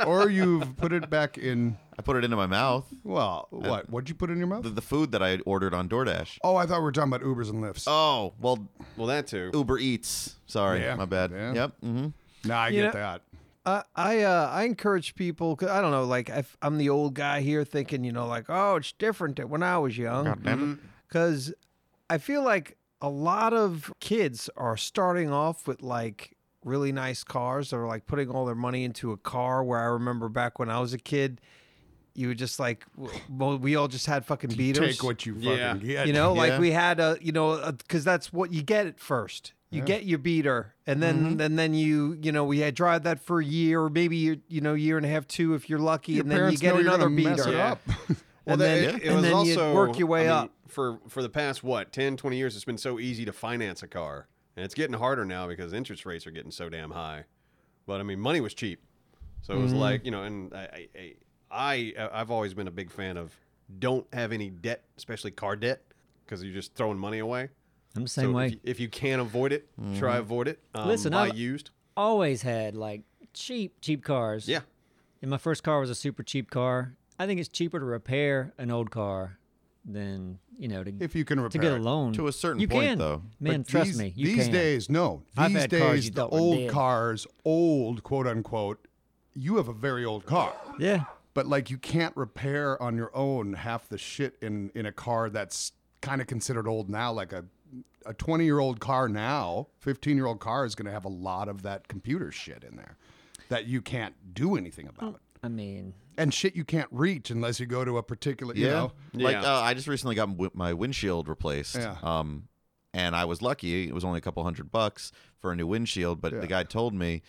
Speaker 3: or you've put it back in.
Speaker 5: I put it into my mouth.
Speaker 3: Well, what? What'd you put in your mouth?
Speaker 5: The, the food that I had ordered on DoorDash.
Speaker 3: oh, I thought we were talking about Ubers and Lyfts.
Speaker 5: Oh, well,
Speaker 4: Well, that too.
Speaker 5: Uber Eats. Sorry,
Speaker 3: Yeah,
Speaker 5: my bad.
Speaker 3: yeah.
Speaker 5: Yep. hmm
Speaker 3: no, I
Speaker 2: You
Speaker 3: get
Speaker 2: know-
Speaker 3: that.
Speaker 2: I I, uh, I encourage people. Cause I don't know, like if I'm the old guy here, thinking you know, like oh, it's different than when I was young.
Speaker 3: Mm-hmm.
Speaker 2: Because I feel like a lot of kids are starting off with like really nice cars or like putting all their money into a car. Where I remember back when I was a kid, you were just like, w- well, we all just had fucking beaters.
Speaker 3: Take what you fucking
Speaker 4: Yeah.
Speaker 3: get.
Speaker 2: You know,
Speaker 5: Yeah.
Speaker 2: like we had a, you know, because that's what you get at first. You get your beater, and then
Speaker 3: Mm-hmm.
Speaker 2: and then you, you know, we had drive that for a year, or maybe you, you know, year and a half, two, if you're lucky,
Speaker 3: Your
Speaker 2: and then you
Speaker 3: parents
Speaker 2: get
Speaker 3: know you're
Speaker 2: another
Speaker 3: gonna mess
Speaker 2: beater.
Speaker 3: it up.
Speaker 4: Well,
Speaker 2: And
Speaker 4: then,
Speaker 2: then-
Speaker 4: it, it
Speaker 2: and
Speaker 4: was
Speaker 2: then you
Speaker 4: also
Speaker 2: work your way
Speaker 4: I mean,
Speaker 2: up.
Speaker 4: for for the past what 10, 20 years. It's been so easy to finance a car, and it's getting harder now because interest rates are getting so damn high. But I mean, money was cheap, so it was
Speaker 2: Mm-hmm.
Speaker 4: like you know, and I, I I I- I've always been a big fan of don't have any debt, especially car debt, because you're just throwing money away.
Speaker 6: I'm the same
Speaker 4: so
Speaker 6: way.
Speaker 4: If you, if you can avoid it, try
Speaker 2: Mm-hmm.
Speaker 4: avoid it. Um,
Speaker 6: Listen,
Speaker 4: buy
Speaker 6: I've-
Speaker 4: used.
Speaker 6: Always had like cheap, cheap cars.
Speaker 4: Yeah,
Speaker 6: And my first car was a super cheap car. I think it's cheaper to repair an old car than you know to
Speaker 3: if you can repair
Speaker 6: to get a
Speaker 3: it.
Speaker 6: loan.
Speaker 5: To a certain
Speaker 6: you
Speaker 5: point,
Speaker 6: can.
Speaker 5: though.
Speaker 3: But
Speaker 6: man. trust
Speaker 3: these,
Speaker 6: me, you
Speaker 3: these
Speaker 6: can.
Speaker 3: days, no.
Speaker 6: I've
Speaker 3: These
Speaker 6: had cars
Speaker 3: days,
Speaker 6: you
Speaker 3: the
Speaker 6: thought were
Speaker 3: old
Speaker 6: dead.
Speaker 3: cars, old quote unquote. You have a very old car,
Speaker 6: yeah,
Speaker 3: but like you can't repair on your own half the shit in in a car that's kind of considered old now. Like a a twenty year old car now, fifteen year old car is going to have a lot of that computer shit in there that you can't do anything about.
Speaker 6: I mean,
Speaker 3: And shit you can't reach unless you go to a particular, you know.
Speaker 5: Like
Speaker 4: Yeah.
Speaker 5: uh, I just recently got w- my windshield replaced.
Speaker 3: Yeah.
Speaker 5: Um, and I was lucky; it was only a couple hundred bucks for a new windshield. But
Speaker 3: Yeah.
Speaker 5: the guy told me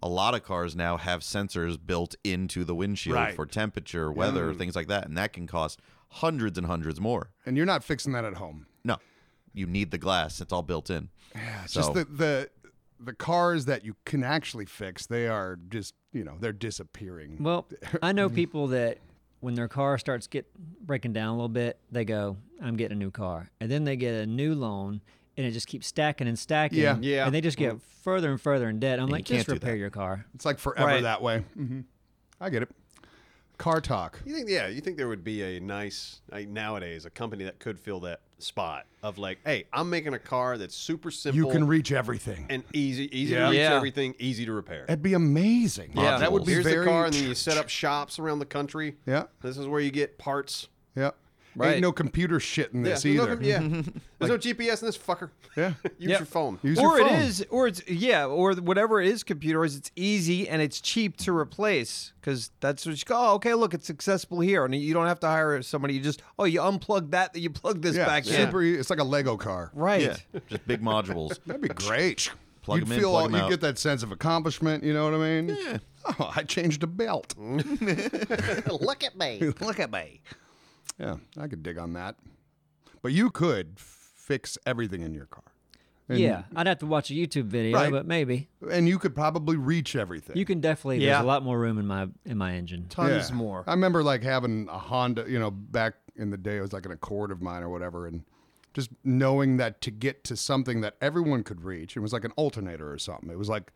Speaker 5: a lot of cars now have sensors built into the windshield
Speaker 3: Right.
Speaker 5: for temperature, weather, things like that, and that can cost hundreds and hundreds more.
Speaker 3: And you're not fixing that at home.
Speaker 5: No, you need the glass; it's all built in.
Speaker 3: Yeah, it's
Speaker 5: So-
Speaker 3: just the, the the cars that you can actually fix, they are just you know they're disappearing.
Speaker 6: well, I know people that when their car starts get breaking down a little bit, they go, "I'm getting a new car," and then they get a new loan. And it just keeps stacking and stacking.
Speaker 3: Yeah.
Speaker 4: Yeah.
Speaker 6: And they just get further and further in debt. I'm like,
Speaker 5: can't
Speaker 6: just
Speaker 5: do
Speaker 6: repair
Speaker 5: that.
Speaker 6: your car.
Speaker 3: it's like forever
Speaker 2: Right.
Speaker 3: that way. hmm I get it. Car talk.
Speaker 4: You think, yeah, you think there would be a nice like nowadays a company that could fill that spot of like, hey, I'm making a car that's super simple,
Speaker 3: You can reach everything.
Speaker 4: and easy, easy
Speaker 2: Yeah.
Speaker 4: to reach
Speaker 2: Yeah.
Speaker 4: everything, easy to repair.
Speaker 3: It'd be amazing.
Speaker 5: Yeah.
Speaker 3: that would be
Speaker 4: Here's
Speaker 3: very.
Speaker 4: the car, and then you set up shops around the country.
Speaker 3: Yeah.
Speaker 4: this is where you get parts.
Speaker 3: yeah.
Speaker 2: Right.
Speaker 3: Ain't no computer shit in this
Speaker 4: there's no
Speaker 3: either.
Speaker 4: com- yeah. there's no GPS in this fucker.
Speaker 3: Yeah.
Speaker 4: use
Speaker 2: Yep.
Speaker 4: your phone.
Speaker 3: Use
Speaker 2: or
Speaker 3: your
Speaker 2: it
Speaker 3: phone.
Speaker 2: is, or it's yeah, or whatever it is. Computers, it's easy and it's cheap to replace because that's what you call. Oh, okay, look, it's accessible here, and you don't have to hire somebody. You just oh, you unplug that, then you plug this
Speaker 3: Yeah,
Speaker 2: back in.
Speaker 3: super. e- It's like a Lego car.
Speaker 2: Right.
Speaker 5: just big modules.
Speaker 3: That'd be great.
Speaker 5: Plug
Speaker 3: you'd
Speaker 5: 'em in,
Speaker 3: feel
Speaker 5: plug
Speaker 3: all,
Speaker 5: 'em
Speaker 3: you'd
Speaker 5: out.
Speaker 3: get that sense of accomplishment. You know what I mean? Yeah. Oh, I changed a belt.
Speaker 4: Look at me.
Speaker 3: Look at me. Yeah, I could dig on that. But you could f- fix everything in your car. And,
Speaker 6: yeah. I'd have to watch a YouTube video,
Speaker 3: Right.
Speaker 6: but maybe.
Speaker 3: And you could probably reach everything.
Speaker 6: You can definitely.
Speaker 2: Yeah.
Speaker 6: There's a lot more room in my in my engine.
Speaker 2: Tons more.
Speaker 3: I remember like having a Honda, you know, back in the day, it was like an Accord of mine or whatever. And just knowing that to get to something that everyone could reach, it was like an alternator or something. It was like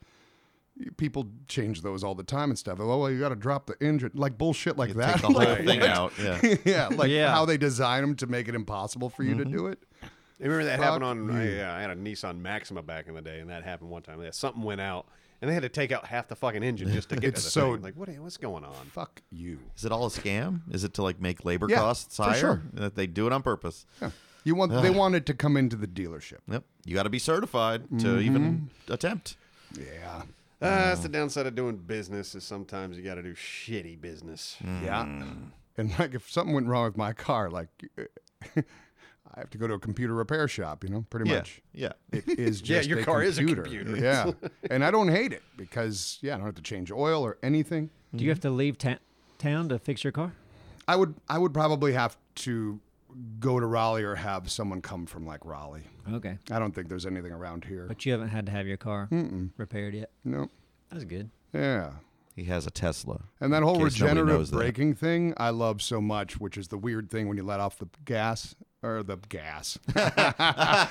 Speaker 3: people change those all the time and stuff. Oh, well, you got to drop the engine, like bullshit like that.
Speaker 5: Take the whole
Speaker 3: Like,
Speaker 5: thing
Speaker 3: what?
Speaker 5: out. Yeah. Mm-hmm.
Speaker 3: yeah, like
Speaker 2: Yeah.
Speaker 3: how they design them to make it impossible for you to do it.
Speaker 4: Remember that
Speaker 3: Fuck
Speaker 4: happened on? I, yeah, I had a Nissan Maxima back in the day, and that happened one time. Yeah, something went out, and they had to take out half the fucking engine just to get
Speaker 3: It's
Speaker 4: to the
Speaker 3: so-
Speaker 4: thing. like, what? What's going on?
Speaker 3: Fuck you.
Speaker 5: Is it all a scam? Is it to like make labor
Speaker 3: Yeah,
Speaker 5: costs
Speaker 3: for
Speaker 5: higher?
Speaker 3: sure.
Speaker 5: That they do it on purpose.
Speaker 3: You want they want it to come into the dealership.
Speaker 5: Yep. You got to be certified to
Speaker 4: Mm-hmm.
Speaker 5: even attempt.
Speaker 3: Yeah.
Speaker 4: Uh, That's the downside of doing business is sometimes you got to do shitty business.
Speaker 3: Mm. Yeah. And like if something went wrong with my car, like I have to go to a computer repair shop, you know, pretty
Speaker 5: Yeah.
Speaker 3: much.
Speaker 5: Yeah.
Speaker 3: It is
Speaker 4: Yeah,
Speaker 3: just
Speaker 4: your
Speaker 3: a
Speaker 4: car is a
Speaker 3: computer.
Speaker 4: computer.
Speaker 3: Yeah. and I don't hate it because yeah, I don't have to change oil or anything.
Speaker 6: Do you have to leave ta- town to fix your car?
Speaker 3: I would I would probably have to go to Raleigh or have someone come from like Raleigh.
Speaker 6: Okay.
Speaker 3: I don't think there's anything around here.
Speaker 6: But you haven't had to have your car repaired yet.
Speaker 3: no.
Speaker 6: That's good.
Speaker 3: Yeah.
Speaker 5: He has a Tesla.
Speaker 3: And that whole
Speaker 5: In case nobody knows
Speaker 3: regenerative
Speaker 5: that.
Speaker 3: braking thing, I love so much, which is the weird thing when you let off the gas or the gas.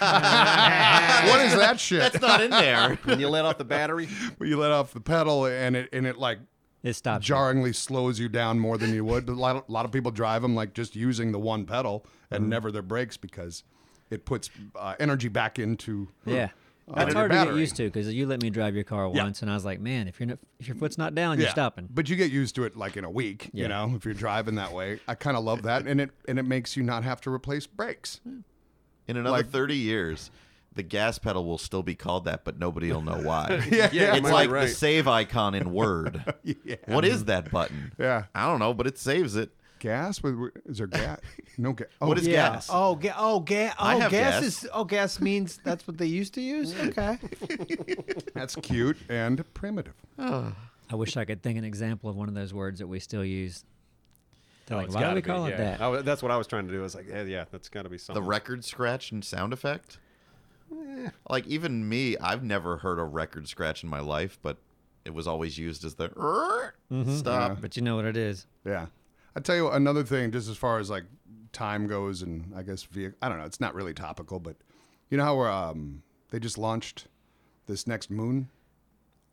Speaker 3: what is that shit?
Speaker 5: That's not in there.
Speaker 4: When you let off the battery,
Speaker 3: When you let off the pedal and it and it like
Speaker 6: It stops. you.
Speaker 3: jarringly slows you down more than you would. A lot of, lot of people drive them like just using the one
Speaker 5: Mm-hmm.
Speaker 3: pedal and never their brakes because it puts uh, energy back into
Speaker 6: Yeah. That's
Speaker 3: your
Speaker 6: hard to get
Speaker 3: battery.
Speaker 6: used to because you let me drive your car
Speaker 5: Yeah.
Speaker 6: once, and I was like, man, if you're not, if your foot's not down, you're stopping.
Speaker 3: But you get used to it like in a week, you
Speaker 6: Yeah.
Speaker 3: know, if you're driving that way. I kind of love that and it and it makes you not have to replace brakes.
Speaker 5: In another
Speaker 3: Like-
Speaker 5: 30 years, the gas pedal will still be called that, but nobody will know why.
Speaker 4: Yeah, you
Speaker 5: it's
Speaker 4: might be
Speaker 5: like
Speaker 4: right.
Speaker 5: the save icon in Word. What is that button?
Speaker 3: Yeah.
Speaker 5: I don't know, but it saves it.
Speaker 3: Gas with is there gas? No gas. Oh,
Speaker 5: What is
Speaker 2: Yeah.
Speaker 5: gas?
Speaker 2: Oh, ga- oh, ga- oh
Speaker 5: I have
Speaker 2: gas,
Speaker 5: gas. Mm.
Speaker 2: is oh, gas means that's what they used to use. Okay.
Speaker 3: that's cute and primitive.
Speaker 6: I wish I could think an example of one of those words that we still use. They're like,
Speaker 4: It's
Speaker 6: why do
Speaker 4: gotta
Speaker 6: we
Speaker 4: be,
Speaker 6: call it
Speaker 4: yeah. Oh.
Speaker 6: that?
Speaker 4: I wa- that's what I was trying to do. I was like, yeah, yeah that's got to be
Speaker 5: The
Speaker 4: something.
Speaker 5: record scratch and sound effect?
Speaker 4: Eh.
Speaker 5: Like, even me, I've never heard a record scratch in my life, but it was always used as the
Speaker 4: Mm-hmm.
Speaker 5: stop.
Speaker 6: But you know what it is.
Speaker 3: Yeah. I tell you another thing, just as far as like time goes, and I guess vehicle. I don't know. It's not really topical, but you know how we're, um, they just launched this next moon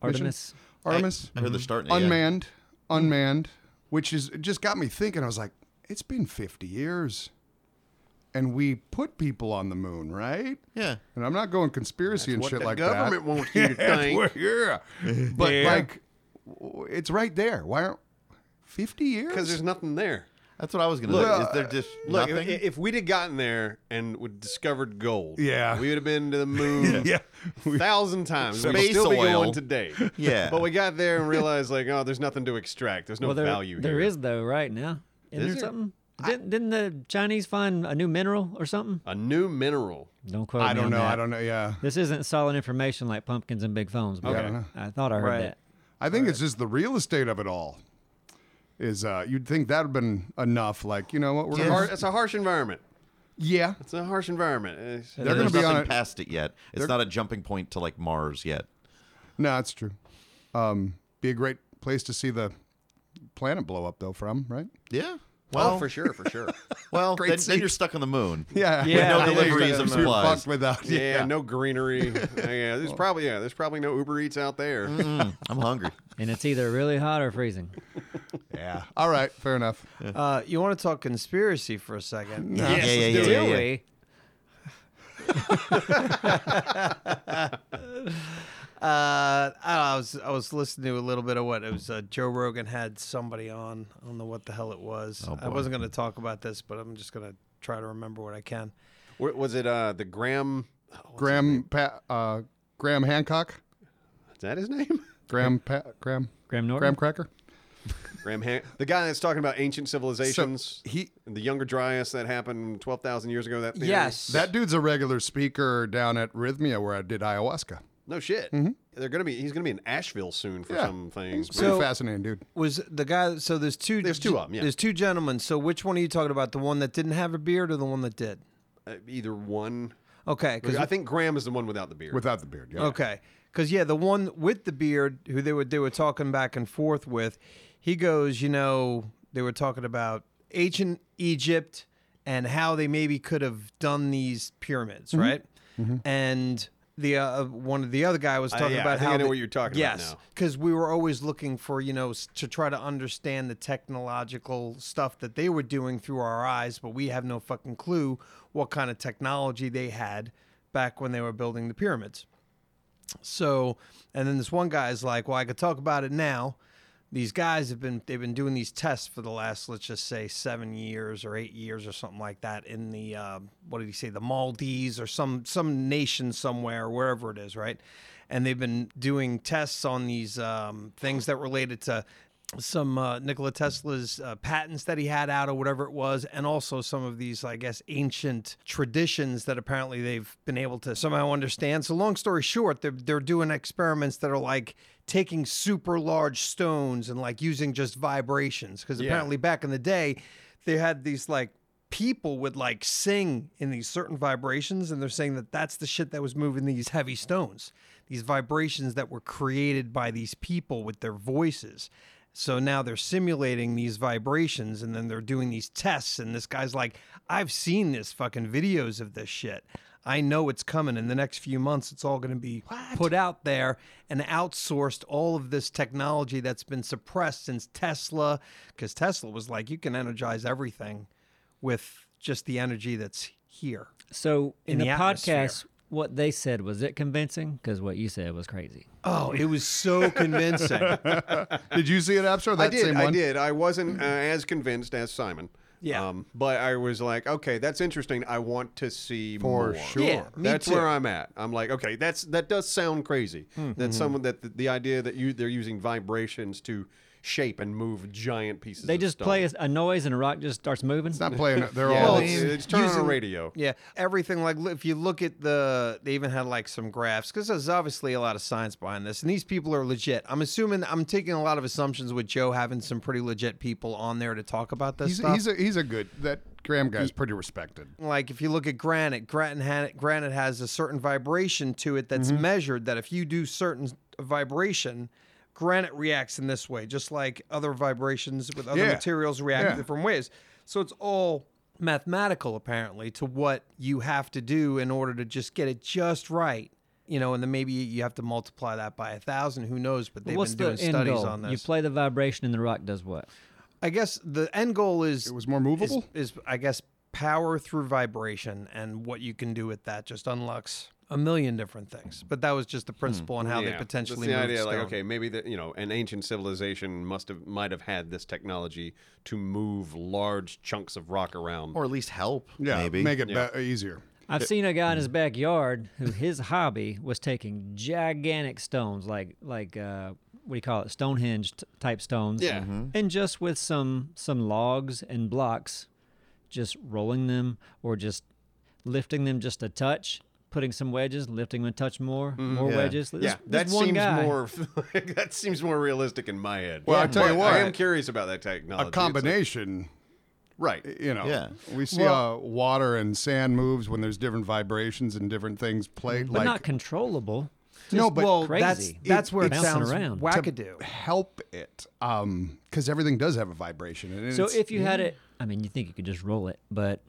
Speaker 6: Artemis.
Speaker 3: Artemis
Speaker 5: I, I heard they're starting it, yeah. Mm-hmm.
Speaker 3: unmanned, unmanned, which is it just got me thinking. I was like, it's been fifty years, and we put people on the moon, right?
Speaker 5: Yeah.
Speaker 3: And I'm not going conspiracy and
Speaker 4: what
Speaker 3: shit
Speaker 4: the
Speaker 3: like
Speaker 4: government
Speaker 3: that.
Speaker 4: wants you to
Speaker 3: That's
Speaker 4: think.
Speaker 3: where- yeah, but
Speaker 4: Yeah.
Speaker 3: like, w- it's right there. Why aren't fifty years?
Speaker 4: Because there's nothing there.
Speaker 5: That's what I was going to
Speaker 4: Look, uh,
Speaker 5: say. Is there just
Speaker 4: Look, if,
Speaker 5: nothing?
Speaker 4: if we'd have gotten there and would discovered gold,
Speaker 3: Yeah.
Speaker 4: we would have been to the moon
Speaker 3: yeah.
Speaker 4: a thousand times. We'd
Speaker 5: Space
Speaker 4: still be
Speaker 5: oil.
Speaker 4: going today.
Speaker 5: yeah.
Speaker 4: But we got there and realized, like, oh, there's nothing to extract. There's no
Speaker 6: well, there,
Speaker 4: value
Speaker 6: there
Speaker 4: here.
Speaker 6: is though right now. Isn't
Speaker 4: Is there?
Speaker 6: there, something? Didn't, didn't the Chinese find a new mineral or something?
Speaker 4: a new mineral.
Speaker 6: Don't quote
Speaker 3: I
Speaker 6: me
Speaker 3: don't
Speaker 6: on
Speaker 3: know.
Speaker 6: that.
Speaker 3: I don't know. Yeah.
Speaker 6: This isn't solid information like pumpkins and big phones. But
Speaker 4: I don't
Speaker 6: okay. I thought I heard
Speaker 2: Right.
Speaker 6: that.
Speaker 3: I think it's just the real estate of it all. Is uh, you'd think that would have been enough? Like you know what? We're
Speaker 4: It's a,
Speaker 3: gonna-
Speaker 4: har- it's a harsh environment.
Speaker 3: yeah.
Speaker 4: It's a harsh environment. It's-
Speaker 5: They're
Speaker 3: They're
Speaker 5: going
Speaker 3: gonna be
Speaker 5: nothing
Speaker 3: on it-
Speaker 5: past it yet. It's not a jumping point to like Mars yet.
Speaker 3: No, that's true. Um, be a great place to see the planet blow up though from right?
Speaker 5: Yeah.
Speaker 4: oh,
Speaker 5: Well,
Speaker 4: for sure, for sure.
Speaker 5: well,
Speaker 3: Great
Speaker 5: then, then
Speaker 3: seat.
Speaker 5: you're stuck on the moon.
Speaker 3: Yeah.
Speaker 6: Yeah,
Speaker 5: no deliveries of
Speaker 3: You're
Speaker 5: supplies.
Speaker 3: fucked without.
Speaker 4: yeah, no greenery. yeah, there's probably yeah, there's probably no Uber Eats out there.
Speaker 5: Mm, I'm hungry.
Speaker 6: And it's either really hot or freezing.
Speaker 3: Yeah. All right. Fair enough.
Speaker 2: Uh, you want to talk conspiracy for a second?
Speaker 5: yeah,
Speaker 4: let's
Speaker 5: yeah,
Speaker 4: do
Speaker 5: yeah,
Speaker 4: it.
Speaker 5: yeah, yeah.
Speaker 6: we?
Speaker 2: Uh, I, don't know, I was I was listening to a little bit of what it was. Uh, Joe Rogan had somebody on. I don't know what the hell it was.
Speaker 5: Oh,
Speaker 2: I
Speaker 5: boy.
Speaker 2: wasn't going to talk about this, but I'm just going to try to remember what I can.
Speaker 4: Wha- Was it uh the Graham? oh, what's
Speaker 3: Graham pa- uh, Graham Hancock.
Speaker 4: Is that his name?
Speaker 3: Graham pa- Graham
Speaker 6: Graham Norton.
Speaker 3: Graham Cracker.
Speaker 4: Graham Han- the guy that's talking about ancient civilizations.
Speaker 3: he
Speaker 4: and the Younger Dryas that happened twelve thousand years ago. That theory?
Speaker 3: that dude's a regular speaker down at Rhythmia where I did ayahuasca.
Speaker 4: no shit. They're gonna be. He's gonna be in Asheville soon for
Speaker 3: Yeah.
Speaker 4: some things.
Speaker 3: Pretty
Speaker 2: So-
Speaker 3: fascinating dude.
Speaker 2: was the guy. So there's two.
Speaker 4: There's two of 'em, yeah.
Speaker 2: There's two gentlemen. So which one are you talking about? The one that didn't have a beard or the one that did?
Speaker 4: Uh, either one.
Speaker 2: Okay, because
Speaker 4: I think Graham is the one without the beard.
Speaker 3: Without the beard. Yeah.
Speaker 2: Okay. Because yeah, the one with the beard who they were they were talking back and forth with, he goes, you know, they were talking about ancient Egypt and how they maybe could have done these pyramids,
Speaker 4: Mm-hmm.
Speaker 2: right? And the uh, one of the other guy was talking
Speaker 4: Uh, yeah, I
Speaker 2: about
Speaker 4: think
Speaker 2: how
Speaker 4: I know
Speaker 2: the-
Speaker 4: what you're talking about
Speaker 2: yes,
Speaker 4: now.
Speaker 2: because we were always looking for you know s- to try to understand the technological stuff that they were doing through our eyes but we have no fucking clue what kind of technology they had back when they were building the pyramids so and then this one guy is like well i could talk about it now these guys have been they've been doing these tests for the last let's just say seven years or eight years or something like that in the uh, what did he say the maldives or some some nation somewhere wherever it is right and they've been doing tests on these um, things that related to some uh, Nikola Tesla's uh, patents that he had out or whatever it was, and also some of these, I guess, ancient traditions that apparently they've been able to somehow understand. So, long story short, they're, they're doing experiments that are like taking super large stones and like using just vibrations. Because apparently, back in the day, they had these like people would like sing in these certain vibrations and they're saying that that's the shit that was moving these heavy stones these vibrations that were created by these people with their voices so now they're simulating these vibrations and then they're doing these tests and this guy's like i've seen this fucking videos of this shit i know it's coming in the next few months it's all going to be put out there and outsourced all of this technology that's been suppressed since tesla because tesla was like you can energize everything with just the energy that's here.
Speaker 6: So in,
Speaker 2: In
Speaker 6: the,
Speaker 2: the
Speaker 6: podcast,
Speaker 2: atmosphere.
Speaker 6: what they said was it convincing? Because what you said was crazy.
Speaker 2: Oh, it was so convincing.
Speaker 3: Did you see it, Absar? That
Speaker 4: I did.
Speaker 3: same
Speaker 4: I
Speaker 3: one?
Speaker 4: did. I wasn't uh, as convinced as Simon. Um,
Speaker 2: Yeah.
Speaker 4: but I was like, okay, that's interesting. I want to see
Speaker 3: For
Speaker 4: more.
Speaker 3: sure.
Speaker 2: Yeah, me
Speaker 4: that's
Speaker 2: too.
Speaker 4: where I'm at. I'm like, okay, that's that does sound crazy. That someone that the, the idea that you they're using vibrations to shape and move giant pieces.
Speaker 6: They
Speaker 4: of
Speaker 6: just
Speaker 4: stone.
Speaker 6: play a, a noise and a rock just starts moving.
Speaker 3: It's not playing. it. They're
Speaker 4: Yeah,
Speaker 3: all.
Speaker 4: it's,
Speaker 2: Well,
Speaker 4: it's turning on a
Speaker 2: using-
Speaker 4: radio.
Speaker 2: Yeah, everything. Like li- if you look at the, they even had like some graphs because there's obviously a lot of science behind this, and these people are legit. I'm assuming I'm taking a lot of assumptions with Joe having some pretty legit people on there to talk about this
Speaker 3: He's,
Speaker 2: stuff.
Speaker 3: he's a he's a good that Graham guy's pretty respected.
Speaker 2: like if you look at granite, granite, ha- granite has a certain vibration to it
Speaker 6: Mm-hmm.
Speaker 2: that's measured. That if you do certain vibration, granite reacts in this way, just like other vibrations with other
Speaker 3: Yeah.
Speaker 2: materials react
Speaker 3: Yeah.
Speaker 2: in different ways. So it's all mathematical, apparently, to what you have to do in order to just get it just right. You know, and then maybe you have to multiply that by a thousand. Who knows? But they've
Speaker 6: What's
Speaker 2: been
Speaker 6: the
Speaker 2: doing
Speaker 6: end
Speaker 2: studies
Speaker 6: goal?
Speaker 2: on this.
Speaker 6: You play the vibration and the rock does what?
Speaker 2: I guess the end goal is
Speaker 3: It was more movable.
Speaker 2: is, is I guess power through vibration and what you can do with that just unlocks a million different things. But that was just the principle on how
Speaker 4: Yeah.
Speaker 2: they
Speaker 4: That's
Speaker 2: potentially
Speaker 4: the
Speaker 2: moved
Speaker 4: idea. Like,
Speaker 2: stone.
Speaker 4: okay, maybe that you know, an ancient civilization must have might have had this technology to move large chunks of rock around.
Speaker 5: or at least help.
Speaker 3: yeah,
Speaker 5: maybe.
Speaker 3: make it be- easier.
Speaker 6: I've seen a guy in his backyard who his hobby was taking gigantic stones, like like uh, what do you call it, Stonehenge t- type stones.
Speaker 4: Yeah. Mhm.
Speaker 6: And just with some some logs and blocks, just rolling them or just lifting them just a touch, putting some wedges, lifting them a touch more, more
Speaker 5: Yeah.
Speaker 6: wedges. This-
Speaker 4: Mm-hmm. yeah,
Speaker 6: this
Speaker 4: that
Speaker 6: one
Speaker 4: seems
Speaker 6: guy-
Speaker 4: more that seems more realistic in my head.
Speaker 3: Well, I tell you
Speaker 4: But
Speaker 3: what,
Speaker 4: I am curious about that technology.
Speaker 3: A
Speaker 4: It's like-
Speaker 3: combination.
Speaker 4: right?
Speaker 3: You know,
Speaker 5: Yeah.
Speaker 3: we see how water and sand moves when there's different vibrations and different things played.
Speaker 6: but
Speaker 3: like
Speaker 6: not controllable.
Speaker 3: no, but
Speaker 2: well, that's
Speaker 6: crazy.
Speaker 2: that's where it,
Speaker 6: Bouncing
Speaker 2: sounds
Speaker 6: around.
Speaker 2: wackadoo.
Speaker 3: help it, um, because everything does have a vibration. And
Speaker 6: So
Speaker 3: it's-
Speaker 6: if you had it, I mean, you think you could just roll it, but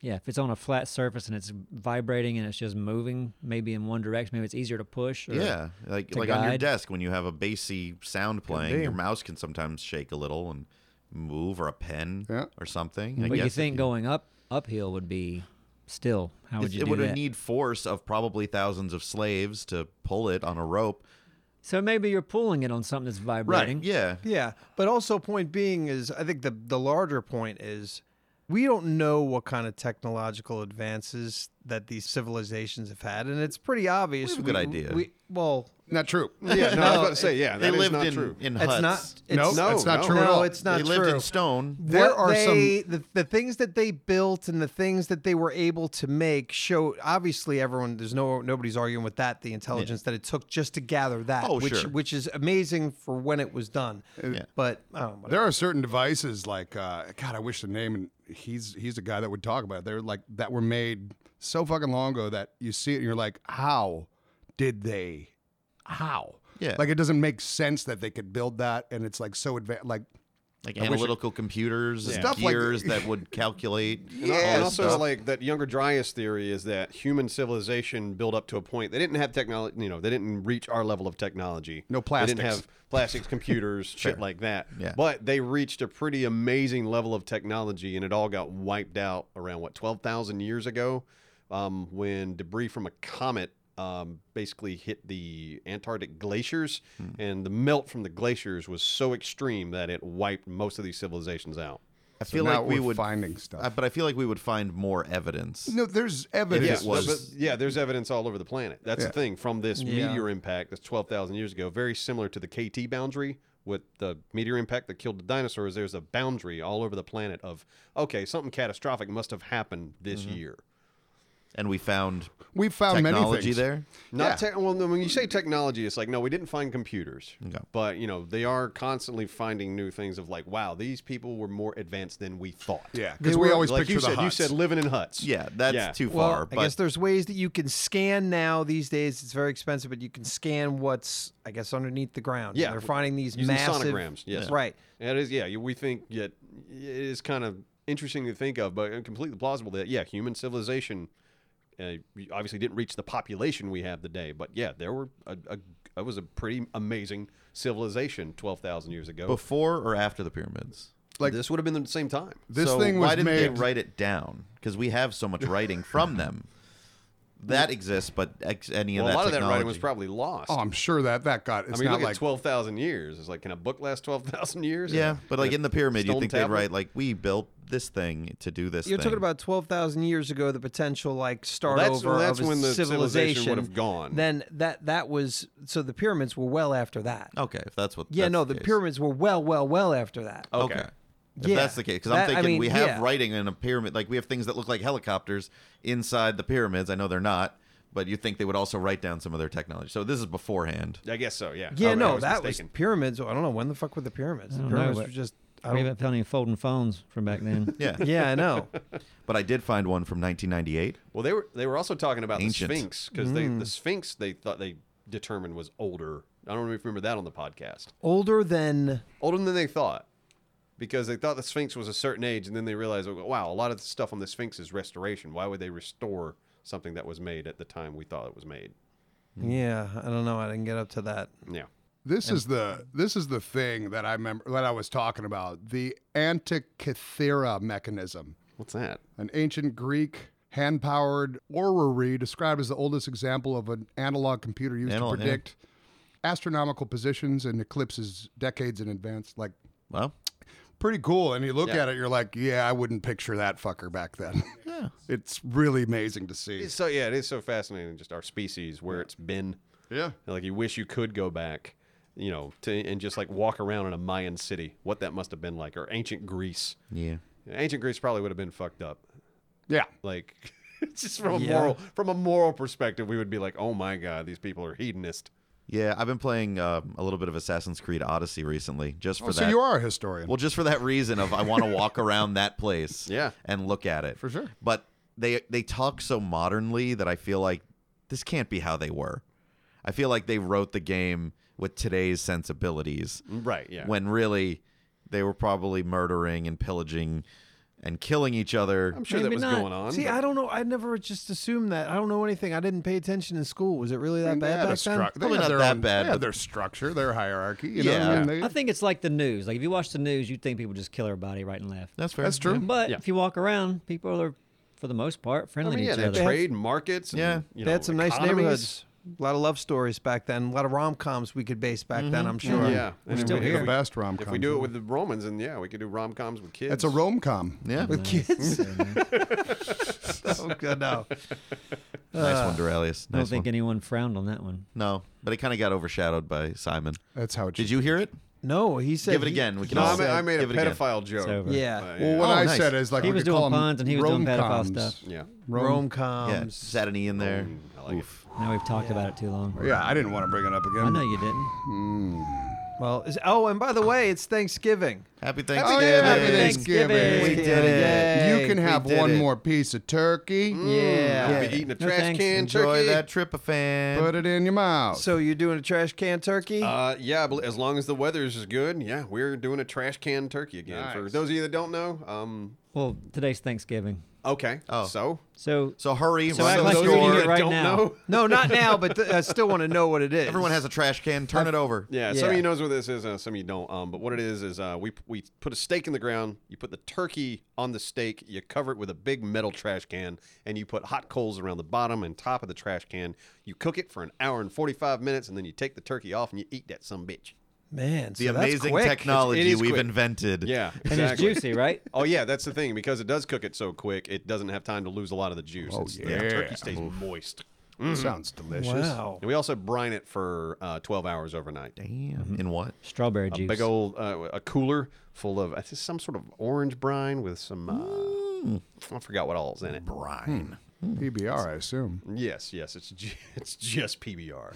Speaker 6: yeah, if it's on a flat surface and it's vibrating and it's just moving, maybe in one direction, maybe it's easier to push. Or,
Speaker 5: Yeah, like
Speaker 6: To
Speaker 5: like on your
Speaker 6: guide.
Speaker 5: desk when you have a bassy sound playing, your mouse can sometimes shake a little and move, or a pen
Speaker 3: Yeah.
Speaker 5: or something. I
Speaker 6: But
Speaker 5: guess
Speaker 6: you
Speaker 5: if
Speaker 6: think going up uphill would be still? How would
Speaker 5: If
Speaker 6: you
Speaker 5: it
Speaker 6: do
Speaker 5: would
Speaker 6: that?
Speaker 5: need force of probably thousands of slaves to pull it on a rope.
Speaker 6: so maybe you're pulling it on something that's vibrating.
Speaker 5: Yeah.
Speaker 2: Yeah, but also point being is I think the the larger point is we don't know what kind of technological advances that these civilizations have had, and it's pretty obvious.
Speaker 5: have a good idea.
Speaker 2: We, well,
Speaker 3: not true.
Speaker 4: Yeah, no, I was about to say, yeah,
Speaker 5: They
Speaker 4: that is
Speaker 5: lived
Speaker 4: not
Speaker 5: in,
Speaker 4: true.
Speaker 5: in
Speaker 2: it's
Speaker 5: huts.
Speaker 2: not. It's,
Speaker 3: no,
Speaker 4: No,
Speaker 3: that's not
Speaker 4: no.
Speaker 3: true at
Speaker 2: no,
Speaker 3: all.
Speaker 2: it's not
Speaker 5: they
Speaker 2: true.
Speaker 5: lived in stone.
Speaker 2: there
Speaker 3: What
Speaker 2: are
Speaker 3: they-
Speaker 2: some the, the things that they built and the things that they were able to make show obviously everyone there's no nobody's arguing with that the intelligence that it took just to gather that
Speaker 5: Oh,
Speaker 2: which
Speaker 5: sure.
Speaker 2: which is amazing for when it was done but I don't know,
Speaker 3: There are certain devices like uh, God, I wish the name and he's he's a guy that would talk about it. They're like that were made so fucking long ago that you see it and you're like, how did they? How?
Speaker 5: Yeah.
Speaker 3: Like it doesn't make sense that they could build that, and it's like so advanced. Like
Speaker 5: Like
Speaker 3: wish it-
Speaker 5: analytical computers and
Speaker 3: Stuff like-
Speaker 5: gears that would calculate.
Speaker 4: And al-
Speaker 5: all
Speaker 4: and
Speaker 5: this
Speaker 4: also
Speaker 5: stuff.
Speaker 4: like that younger Dryas theory is that human civilization built up to a point they didn't have technology. You know, they didn't reach our level of technology.
Speaker 3: No
Speaker 4: They didn't
Speaker 3: plastics.
Speaker 4: have plastics, computers, shit like that.
Speaker 5: Yeah.
Speaker 4: But they reached a pretty amazing level of technology, and it all got wiped out around what twelve thousand years ago, um, when debris from a comet. Um, basically hit the Antarctic glaciers, and the melt from the glaciers was so extreme that it wiped most of these civilizations out.
Speaker 5: I feel
Speaker 3: now
Speaker 5: like we
Speaker 3: we're
Speaker 5: would
Speaker 3: finding stuff.
Speaker 5: I- but I feel like we would find more evidence.
Speaker 3: no, there's
Speaker 4: Yeah,
Speaker 3: evidence.
Speaker 5: it was-
Speaker 4: but- but- yeah, there's evidence all over the planet. That's the thing from this
Speaker 2: Yeah.
Speaker 4: meteor impact that's 12,000 years ago, very similar to the KT boundary with the meteor impact that killed the dinosaurs. There's a boundary all over the planet of, okay, something catastrophic must have happened this
Speaker 5: Mm-hmm.
Speaker 4: year.
Speaker 5: And we found
Speaker 3: we found many
Speaker 5: technology
Speaker 3: things.
Speaker 5: there.
Speaker 4: Not tech well, no, when you say technology, it's like, no, we didn't find computers.
Speaker 5: Okay.
Speaker 4: But, you know, they are constantly finding new things of like, wow, these people were more advanced than we thought.
Speaker 3: Yeah,
Speaker 4: They
Speaker 3: because we
Speaker 4: were-
Speaker 3: always
Speaker 4: like
Speaker 3: picture
Speaker 4: you
Speaker 3: the
Speaker 4: said,
Speaker 3: huts.
Speaker 4: You said living in huts.
Speaker 5: Yeah, that's
Speaker 4: Yeah.
Speaker 5: too
Speaker 2: Well,
Speaker 5: far. but
Speaker 2: I guess there's ways that you can scan now these days. It's very expensive, but you can scan what's I guess underneath the ground.
Speaker 4: Yeah,
Speaker 2: they're finding these
Speaker 4: using
Speaker 2: massive
Speaker 4: sonograms, yes.
Speaker 2: right.
Speaker 4: It is, yeah. you- We think yet it is kind of interesting to think of, but completely plausible that yeah, human civilization uh, we obviously didn't reach the population we have today, but yeah, there were a, a that was a pretty amazing civilization twelve thousand years ago.
Speaker 5: before or after the pyramids.
Speaker 4: like this would have been the same time.
Speaker 3: this
Speaker 5: So
Speaker 3: thing
Speaker 5: why
Speaker 3: was
Speaker 5: didn't
Speaker 3: made.
Speaker 5: they write it down? Because we have so much writing from them. that exists, but ex- any
Speaker 4: Well,
Speaker 5: of
Speaker 4: a
Speaker 5: that
Speaker 4: lot of that
Speaker 5: technology.
Speaker 4: writing was probably lost.
Speaker 3: Oh, I'm sure that that got.
Speaker 4: I
Speaker 3: It's
Speaker 4: mean,
Speaker 3: not
Speaker 4: look
Speaker 3: like
Speaker 4: at twelve thousand years. It's like, can a book last twelve thousand years?
Speaker 5: yeah, but like in the pyramid, you
Speaker 4: stone
Speaker 5: think
Speaker 4: tablet?
Speaker 5: they'd write like we built this thing to do this.
Speaker 2: You're
Speaker 5: thing.
Speaker 2: talking about twelve thousand years ago, the potential like start
Speaker 4: that's-
Speaker 2: over
Speaker 4: well, that's
Speaker 2: of a
Speaker 4: when the civilization
Speaker 2: civilization,
Speaker 4: would have gone.
Speaker 2: Then that that was so the pyramids were well after that.
Speaker 4: Oh,
Speaker 5: okay, if that's what.
Speaker 2: yeah,
Speaker 5: that's
Speaker 2: no,
Speaker 5: the,
Speaker 2: the
Speaker 5: case.
Speaker 2: pyramids were well, well, well after that.
Speaker 4: Oh,
Speaker 5: Okay. If
Speaker 2: Yeah.
Speaker 5: that's the case, because
Speaker 2: That-
Speaker 5: I'm
Speaker 2: I
Speaker 5: thinking
Speaker 2: mean,
Speaker 5: we have
Speaker 2: yeah.
Speaker 5: writing in a pyramid, like we have things that look like helicopters inside the pyramids. I know they're not, but you think they would also write down some of their technology. So this is beforehand.
Speaker 4: I guess so. Yeah.
Speaker 2: Yeah,
Speaker 4: Okay, I
Speaker 2: no,
Speaker 4: was
Speaker 2: that
Speaker 4: mistaken.
Speaker 2: was pyramids. I don't know when the fuck were the pyramids.
Speaker 6: I
Speaker 2: The
Speaker 6: don't know,
Speaker 2: pyramids
Speaker 6: but-
Speaker 2: were just. I
Speaker 6: We
Speaker 2: don't,
Speaker 6: have plenty of folding phones from back then.
Speaker 5: Yeah,
Speaker 2: yeah, I know.
Speaker 5: but I did find one from 1998.
Speaker 4: Well, they were they were also talking about
Speaker 5: Ancient.
Speaker 4: the Sphinx because they the Sphinx they thought they determined was older. I don't remember if you remember that on the podcast.
Speaker 2: Older than
Speaker 4: Older than they thought. Because they thought the Sphinx was a certain age, and then they realized, oh, wow, a lot of the stuff on the Sphinx is restoration. Why would they restore something that was made at the time we thought it was made? Hmm.
Speaker 2: yeah, I don't know. I didn't get up to that.
Speaker 4: Yeah.
Speaker 3: this is the this is the thing that I remember that I was talking about the Antikythera mechanism.
Speaker 4: What's that?
Speaker 3: an ancient Greek hand powered orrery described as the oldest example of an analog computer used
Speaker 5: Analog,
Speaker 3: to
Speaker 5: yeah.
Speaker 3: predict astronomical positions and eclipses decades in advance. Like,
Speaker 5: Well,
Speaker 3: pretty cool. And you look
Speaker 4: Yeah.
Speaker 3: at it, you're like, yeah, I wouldn't picture that fucker back then. Yeah. it's really amazing to see.
Speaker 4: It's so yeah, it is so fascinating. Just our species, where it's been.
Speaker 3: Yeah.
Speaker 4: And, Like you wish you could go back, you know, to and just like walk around in a Mayan city, what that must have been like, or ancient Greece.
Speaker 5: yeah.
Speaker 4: Ancient Greece probably would have been fucked up.
Speaker 3: Yeah.
Speaker 4: Like just from a
Speaker 2: Yeah.
Speaker 4: moral from a moral perspective, we would be like, oh my god, these people are hedonist.
Speaker 5: Yeah, I've been playing um, a little bit of Assassin's Creed Odyssey recently, just for
Speaker 3: Oh,
Speaker 5: that.
Speaker 3: so you are a historian.
Speaker 5: Well, just for that reason of I want to walk around that place,
Speaker 4: Yeah.
Speaker 5: and look at it
Speaker 3: For sure.
Speaker 5: But they they talk so modernly that I feel like this can't be how they were. I feel like they wrote the game with today's sensibilities,
Speaker 4: Right. Mm, Yeah.
Speaker 5: when really they were probably murdering and pillaging and killing each other.
Speaker 4: I'm sure that
Speaker 2: Maybe
Speaker 4: was
Speaker 2: not.
Speaker 4: going on.
Speaker 2: See,
Speaker 4: but-
Speaker 2: I don't know. I never just assumed that. I don't know anything. I didn't pay attention in school. Was it really that
Speaker 3: They had
Speaker 2: bad
Speaker 3: a
Speaker 2: back then?
Speaker 3: stru- they
Speaker 5: Probably
Speaker 3: had
Speaker 5: not
Speaker 3: their
Speaker 5: that
Speaker 3: own-
Speaker 5: bad,
Speaker 3: They
Speaker 5: but-
Speaker 3: had their structure, their hierarchy. You
Speaker 5: Yeah.
Speaker 3: know, I mean, they-
Speaker 6: I think it's like the news. Like if you watch the news, you'd think people just kill everybody right and left.
Speaker 5: That's fair.
Speaker 3: that's true.
Speaker 6: But
Speaker 4: Yeah.
Speaker 6: if you walk around, people are, for the most part,
Speaker 4: I
Speaker 6: friendly
Speaker 4: mean, yeah,
Speaker 6: to
Speaker 4: they
Speaker 6: each
Speaker 4: had
Speaker 6: other.
Speaker 4: trade markets. And,
Speaker 5: Yeah.
Speaker 4: You know,
Speaker 2: they had some nice
Speaker 4: economies.
Speaker 2: neighborhoods. A lot of love stories back then. A lot of rom coms we could base back then. I'm sure.
Speaker 4: Yeah. And if
Speaker 6: still
Speaker 4: we-
Speaker 6: here.
Speaker 4: If
Speaker 3: The
Speaker 4: we,
Speaker 3: best rom com.
Speaker 4: if we do it with the Romans, then yeah, we could do rom coms with kids.
Speaker 3: It's a rom com.
Speaker 5: Yeah,
Speaker 2: With kids. oh god, no.
Speaker 5: nice one, Duralius. Nice
Speaker 6: I don't think
Speaker 5: one.
Speaker 6: anyone frowned on that one.
Speaker 5: no, but it kind of got overshadowed by Simon.
Speaker 3: That's how it should
Speaker 5: Did you hear it?
Speaker 2: No, he said.
Speaker 5: Give it
Speaker 2: he-
Speaker 5: again. We can
Speaker 4: No,
Speaker 5: all
Speaker 4: I made, I made a
Speaker 5: give it again.
Speaker 4: pedophile joke.
Speaker 6: It's over.
Speaker 2: Yeah.
Speaker 3: Well, what
Speaker 5: Oh,
Speaker 3: I
Speaker 5: nice.
Speaker 3: said is like
Speaker 6: He
Speaker 3: we
Speaker 6: was
Speaker 3: could
Speaker 6: doing
Speaker 3: call 'em
Speaker 6: puns and he was doing pedophile
Speaker 3: rom-coms.
Speaker 6: stuff.
Speaker 4: Yeah.
Speaker 2: Rom
Speaker 5: Yeah,
Speaker 2: coms.
Speaker 5: sat an E in there.
Speaker 4: I like it.
Speaker 5: Oof.
Speaker 6: Now we've talked about it too long.
Speaker 3: Yeah, I didn't want to bring it up again.
Speaker 6: I know you didn't.
Speaker 2: Well, is, oh, and by the way, it's Thanksgiving.
Speaker 5: Happy
Speaker 3: Oh,
Speaker 5: Thanksgiving.
Speaker 3: yeah, happy
Speaker 6: Thanksgiving.
Speaker 3: Thanksgiving.
Speaker 5: We did
Speaker 2: Yay.
Speaker 5: it.
Speaker 3: you can have
Speaker 5: we did
Speaker 3: one
Speaker 5: it.
Speaker 3: more piece of turkey.
Speaker 6: Mm.
Speaker 2: Yeah.
Speaker 4: I'll be eating a
Speaker 6: No
Speaker 4: trash
Speaker 6: thanks.
Speaker 4: can
Speaker 5: Enjoy
Speaker 4: turkey.
Speaker 5: that tryptophan.
Speaker 3: Put it in your mouth.
Speaker 2: So you're doing a trash can turkey?
Speaker 4: Uh, yeah, I bel- as long as the weather is good, yeah, we're doing a trash can turkey again. For
Speaker 3: Nice.
Speaker 4: those of you that don't know, um,
Speaker 6: Well, today's Thanksgiving.
Speaker 4: okay,
Speaker 5: Oh.
Speaker 4: so
Speaker 6: so
Speaker 5: so hurry,
Speaker 6: So
Speaker 5: run
Speaker 6: act
Speaker 5: to the
Speaker 6: like you're eating
Speaker 5: store.
Speaker 6: it right
Speaker 4: don't
Speaker 6: now.
Speaker 4: know,
Speaker 2: no, not now, but th- I still want to know what it is.
Speaker 5: Everyone has a trash can. Turn it over.
Speaker 4: yeah, some of
Speaker 2: Yeah.
Speaker 4: you knows what this is, and some of you don't. Um, but what it is is uh, we we put a steak in the ground, you put the turkey on the steak, you cover it with a big metal trash can, and you put hot coals around the bottom and top of the trash can. You cook it for an hour and forty five minutes, and then you take the turkey off and you eat that some bitch.
Speaker 2: man.
Speaker 5: The
Speaker 2: so that's
Speaker 5: amazing
Speaker 2: quick.
Speaker 5: technology
Speaker 4: is
Speaker 5: we've
Speaker 4: quick.
Speaker 5: invented.
Speaker 4: Yeah,
Speaker 6: and
Speaker 4: exactly.
Speaker 6: it's juicy, right?
Speaker 4: Oh yeah, that's the thing because it does cook it so quick, it doesn't have time to lose a lot of the juice. Oh
Speaker 3: yeah.
Speaker 4: the turkey stays moist.
Speaker 6: Mm.
Speaker 3: Sounds delicious.
Speaker 2: Wow.
Speaker 4: And we also brine it for uh, 12 hours overnight.
Speaker 5: Damn. In what?
Speaker 6: Strawberry
Speaker 4: A
Speaker 6: juice.
Speaker 4: big old uh, a cooler full of I think some sort of orange brine with some uh,
Speaker 3: Mm.
Speaker 4: I forgot what all's in it.
Speaker 5: Brine.
Speaker 3: PBR, I assume.
Speaker 4: Yes, yes, it's ju- it's just PBR.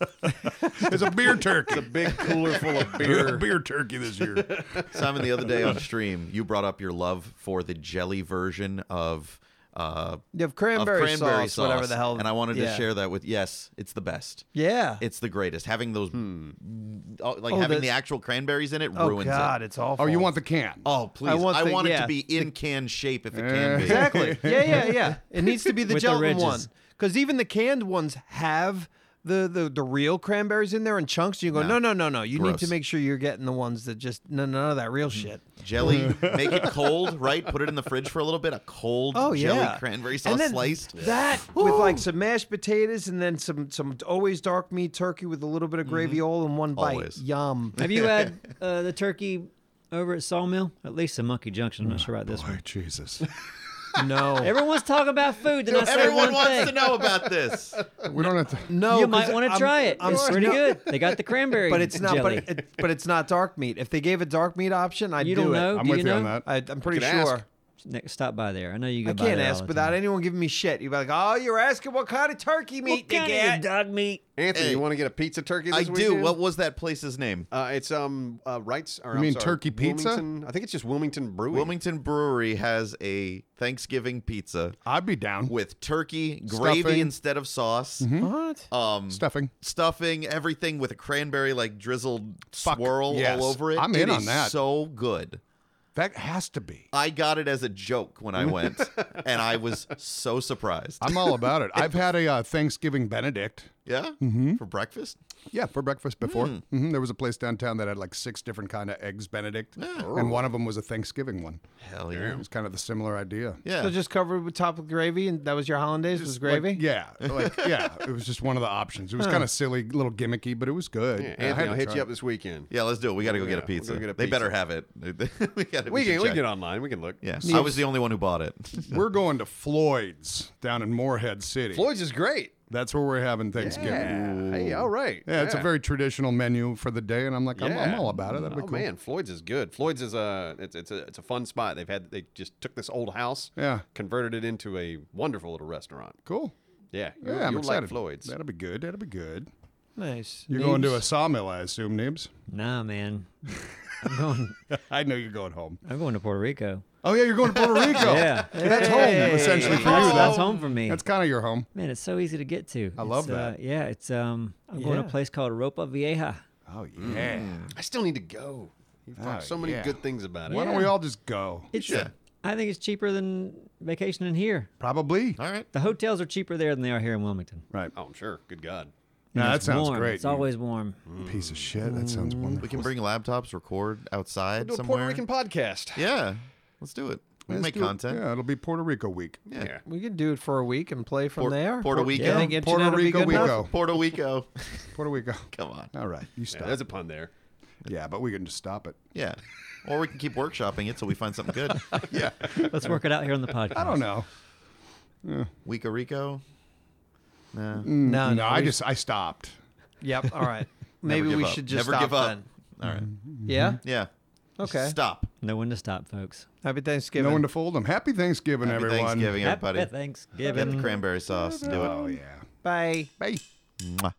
Speaker 3: It's a beer turkey.
Speaker 4: It's a big cooler full of
Speaker 3: beer,
Speaker 4: beer.
Speaker 3: beer turkey this year.
Speaker 5: Simon, the other day on stream, you brought up your love for the jelly version of. Uh,
Speaker 2: You have
Speaker 5: of
Speaker 2: cranberry,
Speaker 5: cranberry
Speaker 2: sauce, whatever the hell.
Speaker 5: and I wanted to
Speaker 2: yeah.
Speaker 5: share that with. Yes, it's the best.
Speaker 2: Yeah.
Speaker 5: It's the greatest. Having those, oh, like
Speaker 2: Hmm. Oh,
Speaker 5: having
Speaker 2: the-
Speaker 5: the, actual cranberries in it
Speaker 2: oh
Speaker 5: ruins
Speaker 2: God,
Speaker 5: it.
Speaker 2: it's awful.
Speaker 3: Oh, you want the can?
Speaker 5: Oh please! I
Speaker 2: I
Speaker 5: want,
Speaker 2: want the-
Speaker 5: it
Speaker 2: yeah,
Speaker 5: to be in can shape if it can
Speaker 3: Eh.
Speaker 5: be.
Speaker 2: exactly? Yeah, yeah, yeah. It needs to be the
Speaker 6: With the
Speaker 2: gelatin
Speaker 6: ridges.
Speaker 2: one because even the canned ones have the, the the real cranberries in there in chunks. You go, no, no,
Speaker 5: No.
Speaker 2: no, no. You need
Speaker 5: Gross.
Speaker 2: to make sure you're getting the ones that just no, none of that real shit.
Speaker 5: Jelly, make it cold, right? Put it in the fridge for a little bit. A cold
Speaker 2: Oh
Speaker 5: jelly
Speaker 2: yeah,
Speaker 5: cranberry
Speaker 2: And
Speaker 5: sauce
Speaker 2: then
Speaker 5: sliced.
Speaker 2: That with like some mashed potatoes and then some some always dark meat turkey with a little bit of gravy all in one bite.
Speaker 5: Always.
Speaker 2: Yum.
Speaker 6: Have you had uh, the turkey over at Sawmill? At least in Monkey Junction. I'm not sure about this one.
Speaker 3: Boy, Oh, Jesus.
Speaker 2: No,
Speaker 6: Everyone's talking about food. Then I say
Speaker 5: Everyone
Speaker 6: one
Speaker 5: wants
Speaker 6: thing.
Speaker 5: to know about this.
Speaker 3: we don't have to.
Speaker 2: no.
Speaker 6: you might
Speaker 2: 'cause
Speaker 6: want to
Speaker 2: I'm-
Speaker 6: try it.
Speaker 2: I'm
Speaker 6: it's
Speaker 2: s-
Speaker 6: pretty
Speaker 2: no,
Speaker 6: good. They got the cranberry,
Speaker 2: But it's not. But,
Speaker 6: Jelly.
Speaker 2: it, but it's not dark meat. If they gave a dark meat option, I'd
Speaker 6: you
Speaker 2: do
Speaker 6: don't
Speaker 2: it.
Speaker 6: know?
Speaker 3: I'm
Speaker 6: Do
Speaker 3: with
Speaker 6: you
Speaker 3: you
Speaker 6: know?
Speaker 3: on that.
Speaker 2: I, I'm pretty
Speaker 4: You can
Speaker 2: sure.
Speaker 4: ask.
Speaker 6: Ne- Stop by there. I know you go.
Speaker 2: I
Speaker 6: by
Speaker 2: can't
Speaker 6: there all
Speaker 2: ask
Speaker 6: the
Speaker 2: without
Speaker 6: time.
Speaker 2: anyone giving me shit. You'd be like, "Oh, you're asking what kind of turkey meat
Speaker 6: What
Speaker 2: you
Speaker 6: kind
Speaker 2: get?"
Speaker 6: of dog meat?
Speaker 4: Anthony,
Speaker 5: Hey.
Speaker 4: you want to get a pizza turkey? This
Speaker 5: I do.
Speaker 4: weekend?
Speaker 5: What was that place's name?
Speaker 4: Uh, it's um uh, Wrights. Or,
Speaker 3: You
Speaker 4: I'm
Speaker 3: mean
Speaker 4: sorry,
Speaker 3: turkey pizza?
Speaker 4: Wilmington- I think it's just Wilmington Brewing.
Speaker 5: Wilmington Brewery has a Thanksgiving pizza
Speaker 3: I'd be down with
Speaker 5: with turkey, gravy
Speaker 3: Stuffing.
Speaker 5: instead of sauce,
Speaker 2: Mm-hmm. What?
Speaker 5: um,
Speaker 3: stuffing.
Speaker 5: stuffing, everything with a cranberry like drizzled
Speaker 3: Fuck,
Speaker 5: swirl
Speaker 3: yes.
Speaker 5: all over it.
Speaker 3: I'm in
Speaker 5: It
Speaker 3: on
Speaker 5: is
Speaker 3: that.
Speaker 5: So good.
Speaker 3: That has to be.
Speaker 5: I got it as a joke when I went, and I was so surprised.
Speaker 3: I'm all about it. I've had a uh, Thanksgiving Benedict.
Speaker 5: yeah, mm-hmm. for breakfast.
Speaker 3: Yeah, for breakfast before. hmm There was a place downtown that had like six different kind of eggs Benedict,
Speaker 4: Oh.
Speaker 3: and one of them was a Thanksgiving one.
Speaker 5: Hell yeah.
Speaker 3: It was kind of the similar idea.
Speaker 5: Yeah.
Speaker 2: So just covered with top with gravy, and that was your hollandaise was gravy.
Speaker 3: Like, yeah, like yeah, it was just one of the options. It was kind of silly, little gimmicky, but it was good.
Speaker 4: Yeah,
Speaker 3: I had
Speaker 4: Anthony,
Speaker 3: to
Speaker 4: I'll hit
Speaker 3: try
Speaker 4: you
Speaker 3: it.
Speaker 4: up this weekend.
Speaker 5: yeah, let's do it. We got to go get
Speaker 4: Yeah,
Speaker 5: a
Speaker 4: we'll go
Speaker 5: pizza.
Speaker 4: get a
Speaker 5: They better
Speaker 4: pizza.
Speaker 5: have it. we got to
Speaker 4: We can
Speaker 5: check.
Speaker 4: we can get online. We can look.
Speaker 5: Yeah. I was the only one who bought it.
Speaker 3: We're going to Floyd's down in Moorhead City.
Speaker 4: Floyd's is great.
Speaker 3: That's where we're having Thanksgiving.
Speaker 4: Yeah. Hey, all right.
Speaker 3: Yeah, it's a very traditional menu for the day, and I'm like, I'm, I'm
Speaker 4: Yeah.
Speaker 3: all about it. That'd be
Speaker 4: oh
Speaker 3: cool.
Speaker 4: man, Floyd's is good. Floyd's is a it's it's a it's a fun spot. They've had they just took this old house,
Speaker 3: Yeah.
Speaker 4: converted it into a wonderful little restaurant.
Speaker 3: Cool.
Speaker 4: Yeah,
Speaker 3: Yeah,
Speaker 4: you'll,
Speaker 3: I'm
Speaker 4: you'll
Speaker 3: excited.
Speaker 4: like Floyd's.
Speaker 3: That'll be good. That'll be good.
Speaker 2: Nice.
Speaker 3: You're going to a sawmill, I assume, Nibs.
Speaker 6: Nah, man. I'm going.
Speaker 3: I know you're going home.
Speaker 6: I'm going to Puerto Rico.
Speaker 3: Oh yeah, you're going to Puerto Rico.
Speaker 6: Yeah.
Speaker 3: that's home essentially for
Speaker 6: That's-
Speaker 3: you.
Speaker 6: that's
Speaker 3: That's,
Speaker 6: home for me.
Speaker 3: that's kind of your home.
Speaker 6: Man, it's so easy to get to. I
Speaker 3: love
Speaker 6: Uh,
Speaker 3: that.
Speaker 6: yeah, it's um. I'm going to a
Speaker 2: Yeah.
Speaker 6: place called Ropa Vieja.
Speaker 3: Oh yeah.
Speaker 4: I still need to go. You've talked
Speaker 3: Oh,
Speaker 4: so many
Speaker 3: yeah.
Speaker 4: good things about it.
Speaker 3: Why don't we all just go?
Speaker 6: It's. I think it's cheaper than vacationing here.
Speaker 3: Probably.
Speaker 5: All right.
Speaker 6: The hotels are cheaper there than they are here in Wilmington.
Speaker 3: Right.
Speaker 4: Oh, I'm sure. Good God.
Speaker 3: No,
Speaker 6: And
Speaker 3: that
Speaker 6: it's
Speaker 3: sounds
Speaker 6: warm.
Speaker 3: great.
Speaker 6: It's always warm.
Speaker 3: Piece of shit. That sounds wonderful.
Speaker 5: We can bring laptops, record outside
Speaker 4: Do a
Speaker 5: somewhere.
Speaker 4: Puerto Rican podcast.
Speaker 5: Yeah, let's do it. We
Speaker 3: Let's
Speaker 5: can make
Speaker 3: do it.
Speaker 5: content.
Speaker 3: Yeah, it'll be Puerto Rico week.
Speaker 5: Yeah.
Speaker 2: We could do it for a week and play from
Speaker 5: Por-
Speaker 2: there.
Speaker 5: Puerto Rico.
Speaker 2: Yeah, I think
Speaker 3: Puerto
Speaker 2: internet would be
Speaker 3: Rico,
Speaker 2: good
Speaker 3: we
Speaker 2: enough.
Speaker 3: go.
Speaker 5: Puerto Rico.
Speaker 3: Puerto Rico.
Speaker 5: Come on.
Speaker 3: All right, you stop.
Speaker 4: Yeah,
Speaker 3: Yeah,
Speaker 4: there's a pun there.
Speaker 3: but we can just stop it.
Speaker 5: Yeah. Or we can keep workshopping it till we find something good.
Speaker 6: Let's work it out here on the podcast.
Speaker 3: I don't know.
Speaker 5: Wico Rico. Nah.
Speaker 2: No, no.
Speaker 3: Mm, No, I
Speaker 2: we-
Speaker 3: just I stopped.
Speaker 2: Yep. All right. Maybe
Speaker 5: Never
Speaker 2: we
Speaker 5: give up.
Speaker 2: should just
Speaker 5: Never
Speaker 2: stop
Speaker 5: give up.
Speaker 2: then.
Speaker 5: All right.
Speaker 2: Yeah.
Speaker 5: Yeah.
Speaker 2: Okay.
Speaker 5: Stop.
Speaker 6: Know when to stop, folks.
Speaker 2: Happy Thanksgiving.
Speaker 3: No one to fold them. Happy Thanksgiving,
Speaker 5: Happy
Speaker 3: everyone.
Speaker 5: Thanksgiving, everybody.
Speaker 6: Happy
Speaker 5: Get the
Speaker 6: Thanksgiving.
Speaker 5: cranberry sauce and do it.
Speaker 3: Oh yeah.
Speaker 2: Bye.
Speaker 3: Bye.
Speaker 5: Mwah.